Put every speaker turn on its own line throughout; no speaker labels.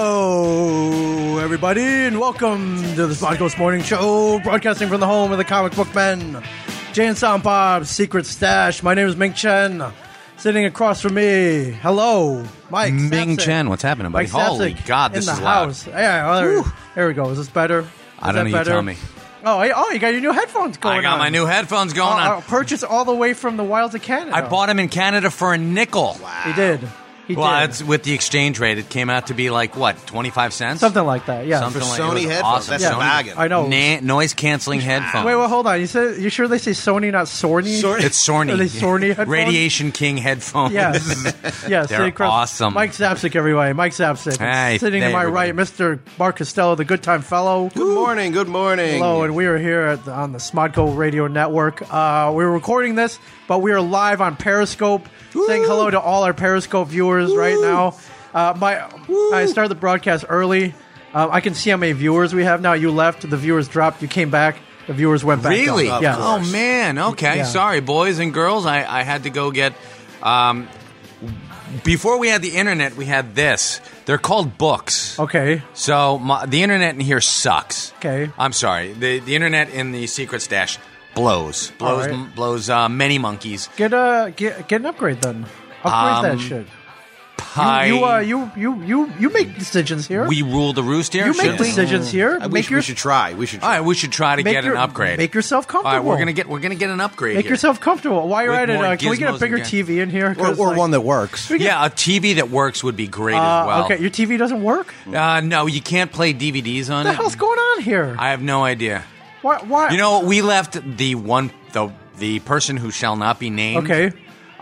Hello, everybody, and welcome to the Spot Ghost Morning Show, broadcasting from the home of the comic book men, Jay and Silent Bob, Secret Stash. My name is Ming Chen. Sitting across from me, hello, Mike.
Ming
Sapsik.
Chen, what's happening, buddy?
Mike
Holy
Sapsik
God, this
in the
is loud.
house. Yeah, well, there, there we go. Is this better? Is
I don't
that
know, you
better?
tell me.
Oh, hey, oh, you got your new headphones going
I got
on.
my new headphones going
Uh, uh,
on.
purchase all the way from the wilds of Canada.
I bought them in Canada for a nickel. Wow.
He did. He
Well,
did.
it's with the exchange rate. It came out to be like what, twenty five cents?
Something like that. Yeah.
Something
For
like
Sony
it was
headphones,
Awesome.
that's
Yeah,
a bargain.
I know.
Na- noise canceling headphones.
Wait, well, hold on. You said you sure they say Sony, not Sorny?
Sorny.
It's Sorny.
Are they Sorny headphones?
Radiation King headphones.
Yes. yes.
They're
they cross-
awesome.
Mike Zapsik, everybody. Mike Zapsik.
Hey,
Sitting to
hey,
my
everybody.
right, Mr. Mark Costello, the good time fellow.
Good morning. Good morning.
Hello, and we are here at the, on the Smodco Radio Network. Uh, we're recording this, but we are live on Periscope. Saying hello to all our Periscope viewers right now. Uh, my, I started the broadcast early. Uh, I can see how many viewers we have now. You left, the viewers dropped, you came back, the viewers went back.
Really?
up.
Of
Yeah.
course.
Oh man. Okay.
Yeah.
Sorry, boys and girls. I, I had to go get. Um, before we had the internet, we had this. They're called books.
Okay.
So my, the internet in here sucks.
Okay.
I'm sorry. The the internet in the secret stash blows. Blows
All right.
m- blows uh, many monkeys.
Get a get, get an upgrade then. Upgrade
Um,
that shit.
Pie.
you uh, you you you you make decisions here.
we rule the roost here.
you make
shouldn't we?
decisions here.
I
make
wish
your,
we should try. We should
All
try.
right, we should try to
make
get
your-
an upgrade.
Make yourself
All
comfortable.
right, we're gonna get we're gonna get an upgrade.
Make
here.
yourself comfortable. While you're
With
at it,
more
uh, can we get a
gizmos and
bigger
ga-
TV in here?
Or,
'Cause,
or
like,
one that works.
Yeah, a TV that works would be great as well.
uh, okay, your TV doesn't work. What
Uh, no, you can't play DVDs on
the
it.
hell's going on here?
Mm. I have no idea.
why? Why?
You know, we left the one the the person who shall not be named.
Okay.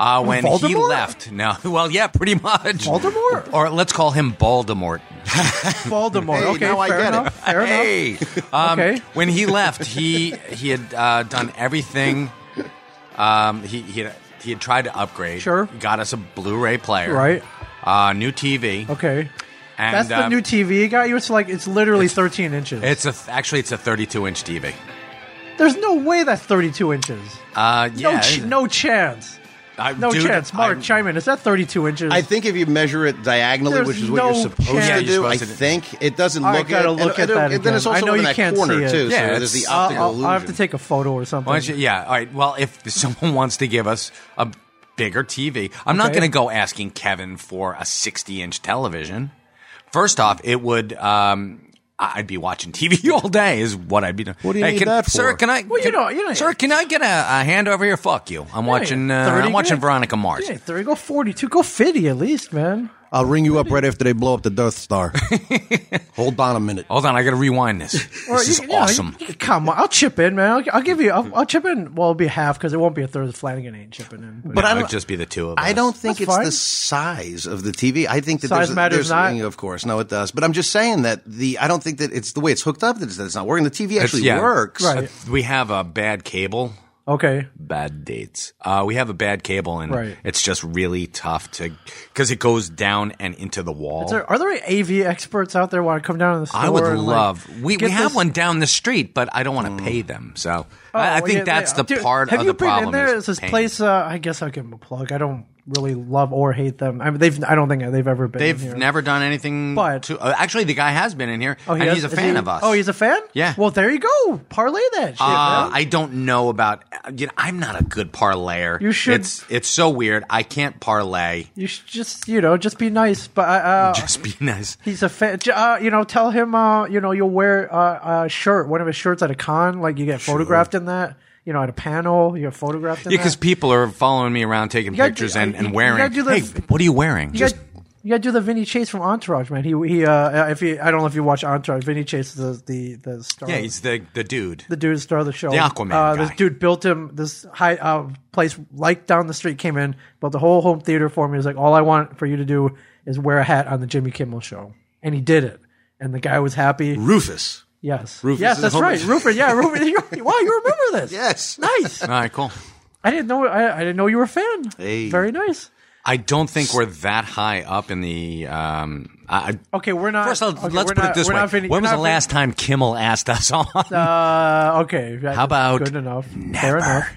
Uh, when he
Voldemort?
left, no. Well, yeah, pretty much.
Voldemort?
or let's call him Voldemort.
Voldemort.
Hey,
okay,
now I
fair
get it.
enough. Fair enough.
Hey. Um,
Okay.
When he left, he he had uh, done everything. Um, he he had, he had tried to upgrade.
Sure.
Got us a Blu-ray player.
Right.
Uh, new TV.
Okay.
And,
That's the
uh,
new TV you got you. It's like it's literally 13 inches.
It's a actually it's a 32 inch TV.
There's no way that's 32 inches.
Uh,
No,
yeah.
ch- no chance.
I-
No
dude,
chance. Mark,
I'm-
chime in. Is that 32 inches?
I think if you measure it diagonally,
There's
which is what
no
you're supposed
chance. Yeah,
to
you're
do, I
supposed to do-
think it doesn't
I
look.
gotta
at,
look
and,
at that
and then it's
again. I
also
know
in
you
that
can't see
corner
it.
too.
Yeah,
so
it's-
there's the
I'll-
I'll,
optical
I'll-
illusion.
I'll have to take a photo or something.
Why don't you, yeah. All right. Well, if someone wants to give us a bigger TV, I'm not
Okay.
going to go asking Kevin for a 60 inch television. First off, it would. Um, I- I'd be watching TV all day, is what I'd be doing.
What do you
hey,
need
can,
that for?
Sir, can I?
Well, you
can-
know- you know-
sir, can I get a, a hand over here? Fuck you. I'm watching. Uh,
30
I'm watching
grand.
Veronica Mars.
Yeah, there you go. 42. Go 50 at least, man.
I'll ring you up right after they blow up the Death Star. Hold on a minute.
Oh,
Hold on, I got to rewind this.
Or
this is
you- you know,
awesome.
you- you- come on. I'll chip in, man. I'll, I'll give you, I'll, I'll chip in. Well, it'll be half because it won't be a third. Flanagan ain't chipping in.
But I
It would
don't.
just be the two of us.
I don't think
That's
it's
fine.
the size of the TV. I think that
Size
there's, a-
matters
there's
not.
of course, no, it does. But I'm just saying that the I don't think that it's the way it's hooked up that it's, that it's not working. The TV actually
yeah.
works.
Right.
Uh, We have a bad cable.
Okay.
bad dates. Uh, we have a bad cable, and
Right.
it's just really tough to because it goes down and into the wall.
Is there, are there any AV experts out there want to come down to the store?
I would
and, like,
love. we we
get
have
this- Mm.
one down the street, but I don't want to pay them. So
Oh,
I, I
well,
think
yeah,
that's
yeah.
the
Dude,
part
have
of
you
the
been
problem.
In there
is
is this
paying.
place. Uh, I guess I'll give them a plug. I don't really love or hate them. I mean, they've. I don't think they've ever been. in
They've
here.
never done anything.
But-
to, uh, actually, the guy has been in here,
Oh, he
and
has-
he's a
is
fan
he-
of us.
Oh, he's a fan.
Yeah.
Well, there you go. Parlay that shit.
Uh,
man.
I don't know about. You know, I'm not a good parlayer.
You should-
It's it's so weird. I can't parlay.
you should just you know just be nice. But uh, uh,
Just be nice.
he's a fan. j- Uh, you know, tell him. Uh, you know, you'll wear uh, a shirt, one of his shirts at a con. Like you get photographed in that. You know, at a panel, you get photographed. In
Yeah,
that.
because people are following me around, taking
gotta
pictures
do-
and,
you-
and
you
wearing.
gotta do the-
hey, what are you wearing?
You got you gotta do the Vinny Chase from Entourage, man. He he. Uh, if he, I don't know if you watch Entourage, Vinny Chase is the the, the star.
yeah, he's the the dude.
the dude star of the show.
The Aquaman
Uh, This
guy.
dude built him this high uh, place like down the street. Came in, built the whole home theater for me. He's like, all I want for you to do is wear a hat on the Jimmy Kimmel show, and he did it. And the guy was happy.
Rufus.
yes,
Rufus
yes,
is
that's
home-
right. Rupert, yeah, Rupert. You're, right. wow, you remember this?
Yes.
nice.
All right, cool.
I didn't know. I, I didn't know you were a fan.
Hey.
Very nice.
I don't think we're that high up in the. Um, I, I-
Okay, we're not.
first, I'll,
okay,
let's
we're
put
not-
it this
we're
way:
not Vinny-
When
we're
was the
not
last time Kimmel asked us on?
Uh, okay. How
about
good enough? Fair enough.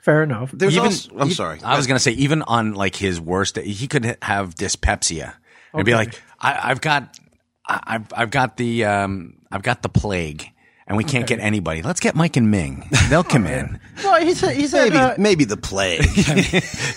Fair enough.
There's
Even-
also, I'm
he-
sorry.
I was going to say even on like his worst, day, he could ha- have dyspepsia and be like, I, "I've got." I- I've I've got the um I've got the plague, and we can't get anybody. Let's get Mike and Ming. They'll come in.
Well, he said he said
Maybe,
uh,
maybe the plague.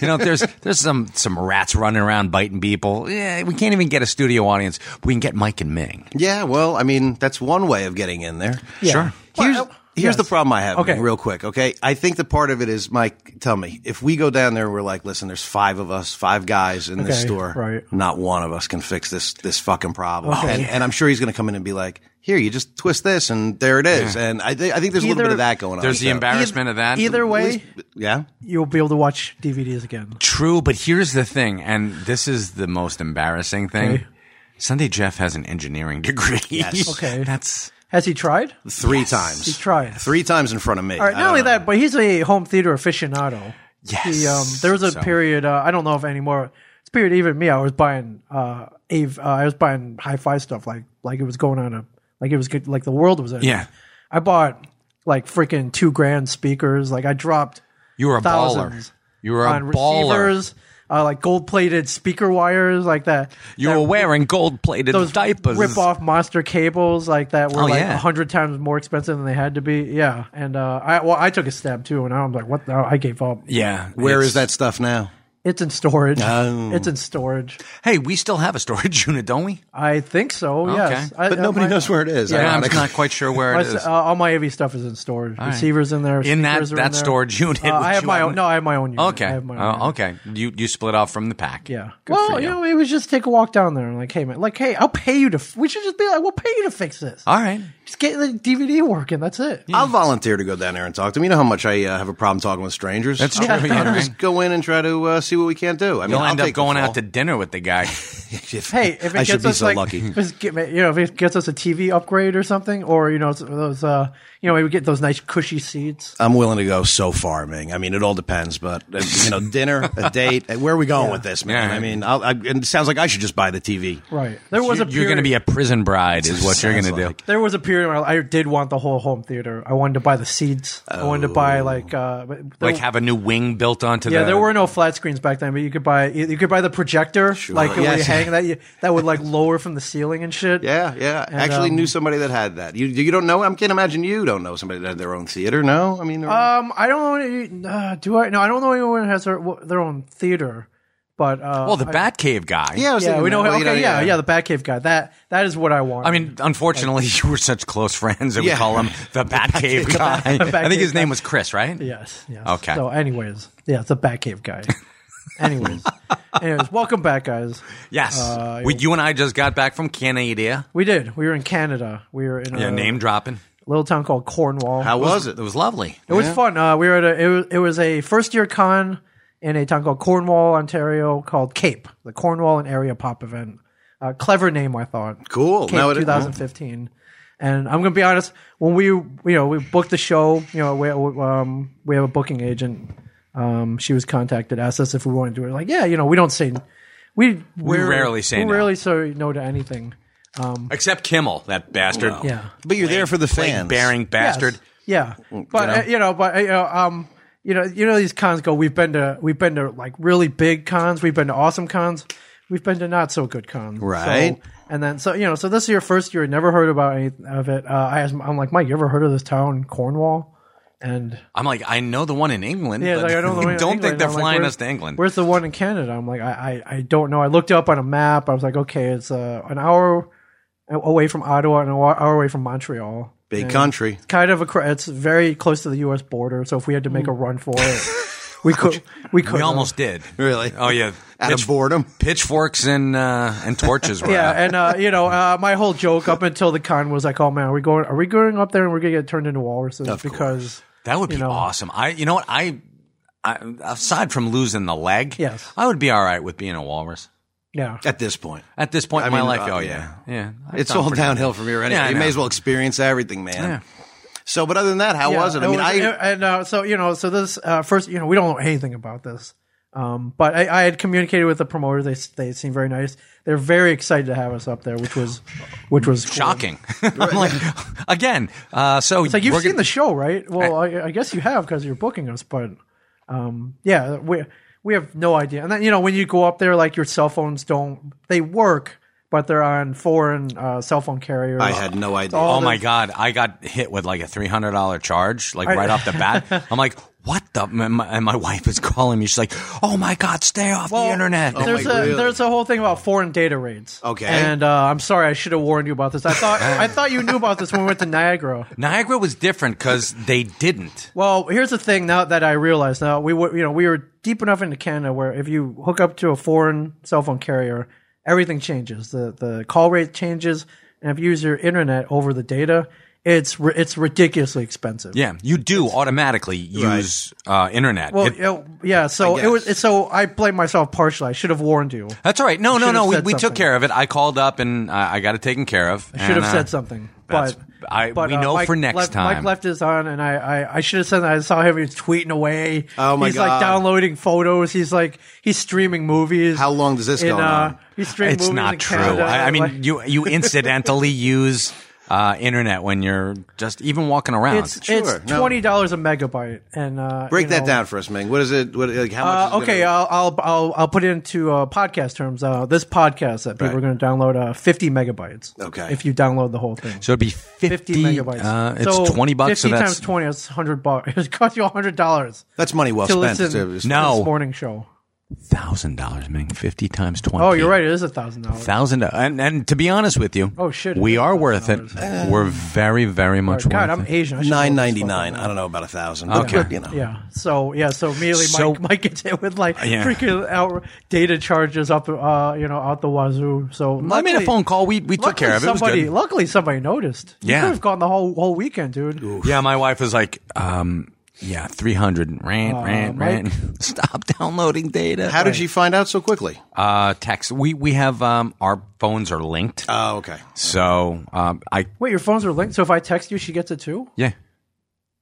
You know, if there's there's some some rats running around biting people. Yeah, we can't even get a studio audience. We can get Mike and Ming.
yeah, well, I mean, that's one way of getting in there.
Sure.
Here's,
Well,
here's
yes.
the problem I have,
Okay.
okay. real quick, okay? I think the part of it is, Mike, tell me, if we go down there and we're like, listen, there's five of us, five guys in this
Okay,
store,
right.
not one of us can fix this this fucking problem. And, and I'm sure he's going to come in and be like, here, you just twist this and there it is. And I, thi- I think there's a little
Either-
bit of that going on.
There's the
so-
embarrassment of that.
either way,
Yeah?
you'll be able to watch DVDs again.
True, but here's the thing, and this is the most embarrassing thing.
Okay.
Sunday Jeff has an engineering degree. Yes.
Okay.
That's
Has he tried?
Three
He
times.
tried.
Three times in front of me.
All right, not only that, but he's a home theater aficionado.
Yes.
He, um, there was a
So-
period. Uh, I don't know if anymore. It's a period. Even me, I was buying. Uh, AV, uh, I was buying hi-fi stuff like like it was going on a like it was good, like the world was ending.
Yeah.
I bought like freaking two grand speakers. Like I dropped
You were a baller.
thousands
You were a
on
baller.
receivers, uh, like gold plated speaker wires, like that.
You were wearing gold plated
Those
diapers.
rip off monster cables, like that, were
Oh,
like a
yeah.
hundred times more expensive than they had to be. Yeah, and uh, I well, I took a stab too, and I'm like, what? The, I gave up.
Yeah.
Where
it's-
is that stuff now?
It's in storage.
Oh.
It's in storage.
Hey, we still have a storage unit, don't we?
I think so. Yes, I,
But
uh,
nobody
my-
knows where it is.
Yeah,
I'm
ironically.
not quite sure where
my
it
s-
is.
uh, all my AV stuff is in storage. Receivers in there.
In that-
speakers are
that
there.
storage unit,
Uh, I
which
have
you
my
have
own.
n-
No, I have my own unit.
Okay.
I have my own
Oh,
unit.
okay. You you split off from the pack.
Yeah.
Good
well,
for
you
you.
know, maybe we should just take a walk down there and like, hey man, like, hey, I'll pay you to. F- we should just be like, we'll pay you to fix this.
All right.
Just get the DVD working. That's it.
I'll volunteer to go down there and talk to him. You know how much I uh, have a problem talking with strangers.
That's
I'll-
true, yeah,
I'll just
right.
go in and try to uh, see what we can't do. I mean,
You'll
I'll
end up
take the
going
fall.
out to dinner with the guy.
If-
Hey, if it
I
gets
should be
us
so
like,
lucky.
if it's get- you know, if it gets us a TV upgrade or something, or you know, s- those, uh, you know, maybe we get those nice cushy seats.
I'm willing to go so far, Ming. I mean, it all depends, but uh, you know, dinner, a date. uh, Where are we going with this, man?
Yeah.
I mean, I'll, I, it sounds like I should just buy the TV.
Right. There was
You're,
a period,
you're going to be a prison bride, is what you're
Sounds
going to do.
like-
There was a period where I did want the whole home theater. I wanted to buy the seats. I wanted to
Oh.
buy like, uh, but there-
Like have a new wing built onto the.
yeah, there were no flat screens back then, but you could buy you could buy the projector, like where you
Yes.
hang that you, that would like lower from the ceiling and shit.
Yeah, yeah.
And,
Actually,
um,
knew somebody that had that. You, you don't know? I can't imagine you don't know somebody that had their own theater. No, I mean,
Um, I don't know. Uh, do I? No, I don't know anyone who has their their own theater. But uh,
Well, the
I-
Batcave guy.
yeah, I was
yeah,
thinking
we know.
that.
Okay,
Well, you know,
yeah, yeah, the Batcave guy. That that is what I want.
I mean, unfortunately, you were such close friends that we
Yeah.
call him the Batcave guy. I think his
Batcave
name
guy.
was Chris, right?
yes, yes.
Okay.
So, anyways, yeah, it's a Batcave guy. anyways, anyways, welcome back, guys.
Yes.
Uh,
we, you and I just got back from Canada.
We did. We were in Canada. We were in a
Yeah, name dropping.
little town called Cornwall.
How was it?
It was lovely.
It was fun. Uh, we were at a it was, it was a first year con in a town called Cornwall, Ontario, called Cape, the Cornwall and Area Pop event. Uh, clever name, I thought.
Cool.
Cape
Now it- Mm-hmm.
2015. And I'm gonna be honest. When we you know we booked the show, you know we um, we have a booking agent. Um, she was contacted, asked us if we wanted to do it. Like, yeah, you know, we don't say we we
rarely say
we
no.
rarely say no to anything.
Except Kimmel, that bastard.
Yeah.
But you're there for the fans.
Bearing bastard. Mm,
Yes. Yeah, but uh, you know, but uh, you know, um, you know, you know, these cons go. We've been to, we've been to like really big cons. We've been to awesome cons. We've been to not so good cons. So-
Right.
and then so you know, so this is your first year. Never heard about any of it. Uh, I asked, I'm like, Mike, you ever heard of this town, Cornwall? And
I'm like, I know the one in England.
yeah,
but
like, I don't know. any-
don't think
England.
they're
I'm like,
flying
where-
us to England.
Where's the one in Canada? I'm like, I, I, I don't know. I looked it up on a map. I was like, okay, it's uh, an hour away from Ottawa and an hour away from Montreal.
Big country.
kind of a cr- it's very close to the U.S. border. So if we had to make a run for it, we could we could
We almost did.
Really?
Oh, yeah.
Out of boredom.
pitchforks and uh, and torches were
yeah.
out.
And uh, you know, uh, my whole joke up until the con was like, oh man, are we going? Are we going up there and we're gonna get turned into walruses because
That would be
know.
awesome. I, you know what? I, I, aside from losing the leg,
Yes.
I would be all right with being a walrus.
yeah.
At this point.
At this point
I
in
mean,
my life,
uh,
oh yeah, yeah. I've
It's
done
all
pretty-
downhill from here anyway.
Yeah, I
you may
know.
as well experience everything, man.
Yeah.
So, but other than that, how
Yeah,
was it? I mean, I
and uh, so you know, so this uh, first, you know, we don't know anything about this, um, but I, I had communicated with the promoter. They they seemed very nice. They're very excited to have us up there, which was which was cool.
Shocking. I'm like, again. Uh, so
It's like you've
we're
seen
gonna-
the show, right? Well, I, I guess you have because you're booking us, but um, yeah, we we have no idea. And then you know when you go up there, like your cell phones don't they work, but they're on foreign uh, cell phone carriers.
I had no idea.
Oh
the-
my god, I got hit with like a three hundred dollar charge, like right off the bat. I'm like, what the? And my, and my wife is calling me. She's like, oh my god, stay off
Well,
the internet.
Oh
There's
my-
a
really?
there's a whole thing about foreign data raids.
Okay.
and uh, I'm sorry, I should have warned you about this. I thought I thought you knew about this when we went to Niagara.
Niagara was different because they didn't.
Well, here's the thing. Now that I realize, now we were you know we were deep enough into Canada where if you hook up to a foreign cell phone carrier, everything changes. The the call rate changes, and if you use your internet over the data, it's ri- it's ridiculously expensive.
Yeah, you do automatically use uh, internet.
Well,
It-
yeah, yeah, so
I
it was.
guess.
So I blamed myself partially. I should have warned you.
that's all right. No, no,
should've
no. We,
said
we took
something.
care of it. I called up and uh, I got it taken care of. uh,
I should have said something. But,
that's- I-
but, uh,
we know
Mike
for next
left, Mike
time.
left his on, and I, I, I should have said that. I saw him. He was tweeting away.
Oh, my
he's like
God.
downloading photos. He's like he's streaming movies.
How long does this
in,
go on?
He's streaming
It's
movies
not
in
true.
Canada,
I, I
and,
mean,
like,
you you incidentally use uh, internet when you're just even walking around.
it's
Sure,
it's
no.
twenty dollars a megabyte, and uh,
Break
you
that
know,
down for us, Ming. What is it? What, like, how much?
Uh,
is it
okay, I'll,
gonna-
I'll I'll I'll put it into uh, podcast terms. Uh, this podcast that people
Right.
are going to download uh, fifty megabytes.
Okay.
if you download the whole thing,
So it'd be 50,
50 megabytes.
Uh, it's
So
20 bucks. so
50
that's
times 20 is 100 bucks. It cost you $100
that's money well
to
spent.
listen
It's-
to
No.
this morning show.
$1,000, Ming. 50 times 20.
Oh, you're right. It is $1,000.
Thousand and and to be honest with you,
Oh, shit, it
we
is
are worth it. We're very very much
God,
worth
I'm
it.
Asian. I should know
Nine
this
ninety nine. I don't know about a thousand.
Okay.
Okay, you know.
Yeah. So yeah. So immediately,
So-
Mike, Mike gets hit with like
Yeah.
freaking out data charges up, uh, you know, out the wazoo. So
I made a phone call. We we took care of it. It was
Somebody,
good.
luckily, somebody noticed.
Yeah.
you could have gone the whole whole weekend, dude.
Yeah, my wife was like, um, yeah, three hundred. Rant,
Uh,
rant,
Mike?
rant. Stop downloading data.
How did you find out so quickly?
uh, text. We we have um, our phones are linked,
Uh.
Oh, okay.
so um, I
Wait, your phones are linked. So if I text you, she gets it too.
yeah.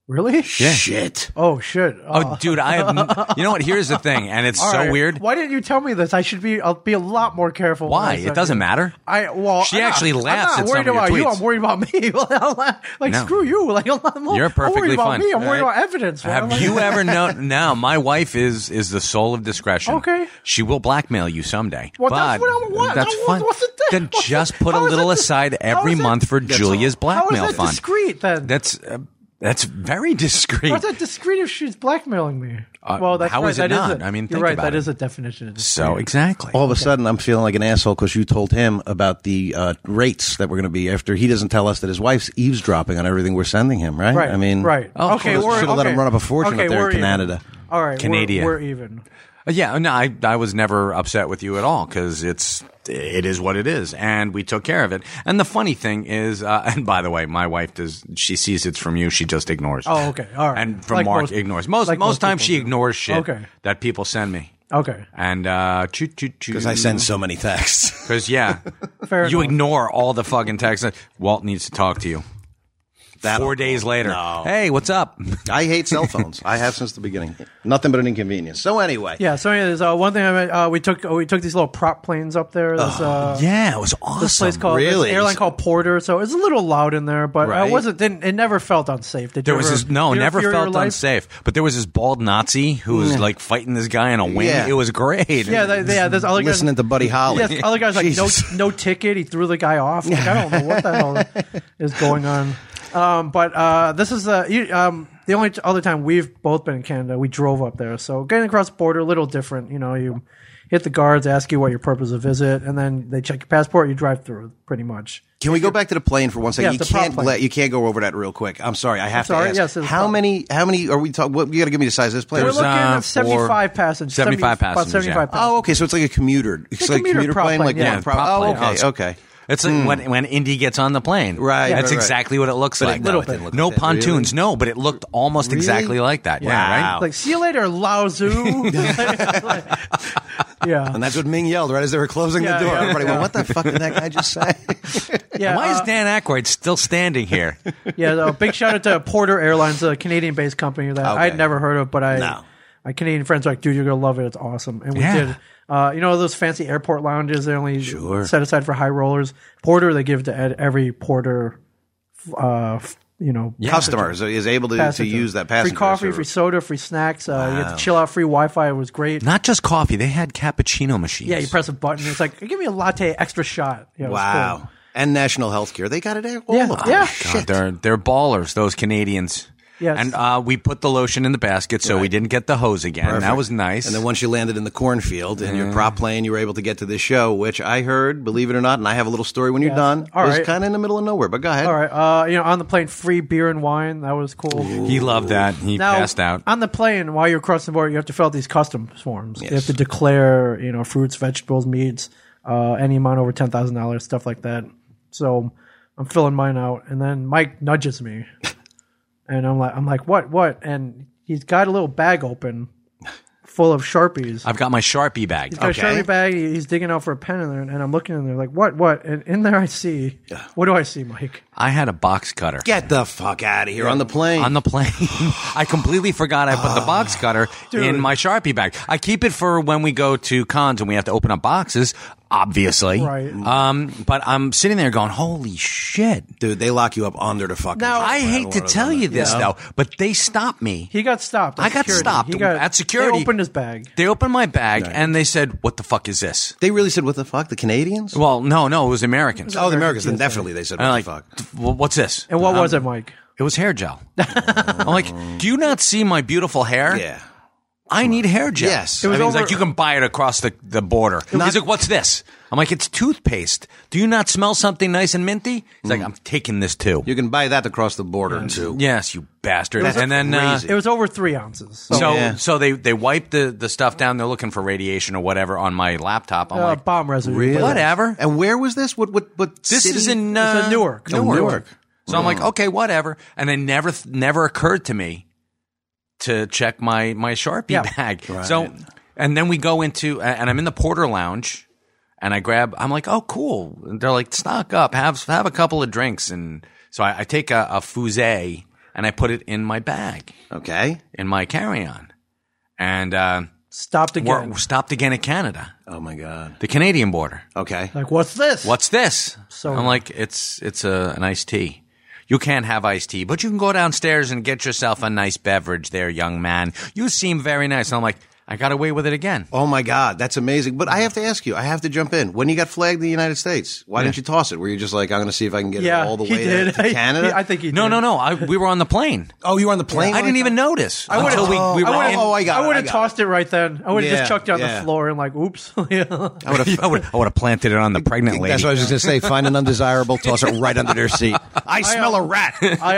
Really?
Shit.
Oh shit. Uh,
Oh, dude, I have. n- you know what? Here's the thing, and it's so
All right.
weird.
Why didn't you tell me this? I should be. I'll be a lot more careful. when I
Why?
send
It doesn't
you.
matter.
I well,
She
I'm not-
actually laughs
I'm not
at some
worried
of your
about you.
tweets.
I'm worried about me. like
No.
screw you. Like I'm, not- I'm
You're perfectly
worried about
fine.
me. I'm worried
Right.
about evidence. man.
Have
Like-
you ever known? Now, my wife is is the soul of discretion.
Okay.
she will blackmail you someday.
Well,
but
that's what I want.
That's
I want-
fine.
what's the thing?
Then
What's
just
the-
put a
how is
little
that dis-
aside
how
every
is that
month for
dis-
Julia's blackmail
How is that
fund.
discreet then?
That's uh, that's very discreet.
How is that discreet if she's blackmailing me?
Uh,
well, that's
how
right.
is
that
it not?
a-
I mean,
you're
think
right.
about
That
it.
is a definition of discreet.
so exactly.
All of a sudden, I'm feeling like an asshole because you told him about the uh, rates that we're going to be after. He doesn't tell us that his wife's eavesdropping on everything we're sending him, right?
Right.
I mean,
right.
Oh,
okay,
should've-
we're,
should've let
okay.
him run up a fortune
okay,
up there in
we're even.
Canada.
All right, we're-
Canada.
We're, even.
Uh, Yeah, no, I, I was never upset with you at all because it's it is what it is, and we took care of it. And the funny thing is, uh, and by the way, my wife does she sees it's from you, she just ignores.
Oh, okay, all right.
And from
Like
Mark
most-
ignores most
like
most,
most
times
people
she
do.
ignores shit
Okay.
that people send me.
Okay,
And uh, choo choo choo.
Because I send so many texts.
Because yeah,
fair
you
enough.
ignore all the fucking texts. Walt needs to talk to you.
That
Four days later,
No.
hey, what's up?
I hate cell phones. I have since the beginning. Nothing but an inconvenience. So anyway,
Yeah. So anyways, uh, one thing I meant, uh, we took uh, we took these little prop planes up there. This, uh,
Oh, yeah, it was awesome.
This place called
Really?
this airline called Porter, so it's a little loud in there, but
Right.
it wasn't. Didn't, it never felt unsafe. Did
There
you
was
ever,
this no,
did you ever
never
fear your
felt
life?
unsafe. But there was this bald Nazi who was like fighting this guy in a wing.
Yeah.
It was great.
Yeah, they, they, yeah. This other guy,
listening to Buddy Holly.
yes, other guy's like no,
Jesus.
no ticket. He threw the guy off. Like, I don't know what the hell is going on. Um, but uh, this is uh, you, um, the only t- other time we've both been in Canada. We drove up there, so getting across the border a little different. You know, you hit the guards, ask you what your purpose of visit, and then they check your passport. You drive through, pretty much.
Can we go back to the plane for one second?
Yeah,
you
the prop
can't
plane.
let you can't go over that real quick. I'm sorry, I have
sorry,
to
yes,
ask.
it's
how
fine.
many? How many are we talking? What you got to give me the size of this plane?
We're
There's,
looking
uh,
at seventy-five
four-
passengers.
75
about
passengers,
seventy-five
yeah.
passengers.
Oh, okay. So it's like a commuter. It's, like a
commuter
commuter
prop
plane,
plane,
like
yeah.
one prop.
prop
Oh,
plane.
okay,
Oh,
okay.
It's like when when Indy gets on the plane.
Right,
That's
right, right.
exactly what it looks
But it-
like.
no,
Little
it didn't
bit.
look
no
like that, really.
pontoons, no, but it looked almost
Really?
exactly like that. Yeah,
Wow.
right?
Like, see you later, Laozu. yeah.
And that's what Ming yelled right as they were closing
Yeah,
the door.
yeah,
Everybody
yeah.
went, "What the fuck did that guy just say?"
yeah,
Why is
uh,
Dan Aykroyd still standing here?
yeah, no, big shout out to Porter Airlines, a Canadian-based company that
Okay.
I'd never heard of, but I
No.
my Canadian friends were like, dude, you're gonna love it. It's awesome, and we
Yeah.
did. Uh, you know those fancy airport lounges? They only set aside for high rollers. Porter, they give to ed- every Porter uh, f- you know,
customers is able to, to
passenger.
use that passenger
Free coffee,
service.
free soda, free snacks. Uh, You had to chill out. Free Wi-Fi It was great.
Not just coffee. They had cappuccino machines.
yeah, you press a button. It's like give me a latte, extra shot. Yeah, it was
Wow. Oh
cool.
And national health care. They got it all
Yeah.
of them.
Yeah.
God, they're they're ballers. Those Canadians.
Yes.
And uh, we put the lotion in the basket, so we didn't get the hose again. That was nice.
And then once you landed in the cornfield in your prop plane, you were able to get to this show, which I heard, believe it or not, and I have a little story when you're done.
All
It's
right.
kind of in the middle of nowhere, but go ahead.
All right, uh, you know, on the plane, free beer and wine. That was cool.
he loved that. He
Now,
passed out.
on the plane while you're crossing the border. You have to fill out these customs forms. You
Yes.
have to declare, you know, fruits, vegetables, meats, uh, any amount over ten thousand dollars, stuff like that. So I'm filling mine out, and then Mike nudges me, and I'm like, I'm like, what, what? And he's got a little bag open full of sharpies.
I've got my Sharpie bag. Oh,
Got
Okay.
a Sharpie bag. he- He's digging out for a pen in there, and I'm looking in there like, what, what? And in there, I see. What do I see, Mike?
I had a box cutter.
Get the fuck out of here on the plane.
on the plane. I completely forgot I put the box cutter in my Sharpie bag. I keep it for when we go to cons and we have to open up boxes, obviously.
Right.
Um, but I'm sitting there going, holy shit.
Dude, they lock you up under the fucking.
Now,
plane.
I hate to
one of
tell
them.
you this,
Yeah.
though, but they stopped me.
He got stopped. at
I got
security.
stopped
He got,
at security.
They opened his bag.
They opened my bag and they said, what the fuck is this?
They really said, what the fuck? The Canadians?
Well, no, no, it was Americans.
oh, the Americans. Then definitely they said, what
And I'm
the
like,
fuck?
"Th- well, what's this?
And what was it, Mike?
It was hair gel. I'm like, do you not see my beautiful hair?
Yeah.
I need hair gel.
Yes.
I
It
was
mean, he's
over-
like, you can buy it across the, the border. he's like, what's this? I'm like, it's toothpaste. Do you not smell something nice and minty? He's like, I'm taking this too.
Mm. You can buy that across the border, too.
yes, you bastard.
That's
And then, uh,
crazy.
It was over three ounces. So,
so,
Yeah.
so they, they wipe the, the stuff down. They're looking for radiation or whatever on my laptop. I'm
uh,
like,
bomb residue.
whatever.
And where was this? What, what, what?
This
city?
is in, uh,
It's in Newark.
Oh,
Newark.
Newark.
So I'm like, okay, whatever. And it never, th- never occurred to me to check my, my Sharpie
Yeah.
bag. So, and then we go into, a- and I'm in the porter lounge and I grab, I'm like, oh, cool. And they're like, stock up, have, have a couple of drinks. And so I, I take a, a fusee and I put it in my bag,
Okay.
in my carry on. And, uh,
Stopped
we're,
again.
we're stopped again at Canada,
Oh, my God.
the Canadian border.
Okay.
like, what's this?
What's this?
So-
I'm like, it's it's a an iced tea. You can't have iced tea, but you can go downstairs and get yourself a nice beverage there, young man. You seem very nice. And I'm like, I got away with it again.
Oh my God, that's amazing! But I have to ask you, I have to jump in. When you got flagged in the United States, why didn't you toss it? Were you just like, I'm going to see if I can get
Yeah,
it all the
he
way to,
did.
to Canada?
I think he
No,
did.
no, no. I, we were on the plane.
Oh, you were on the plane.
I didn't even notice
would've-
until we, we
I
were
would've-
in.
oh, I got it,
I would have
I got
tossed it. right then. I would have
Yeah,
just chucked it on
yeah.
the floor and like, oops. yeah.
I would
I would, I would have planted it on the pregnant lady.
That's what I was just going to say. Find an undesirable, toss it right under their seat. I smell a rat.
I, I,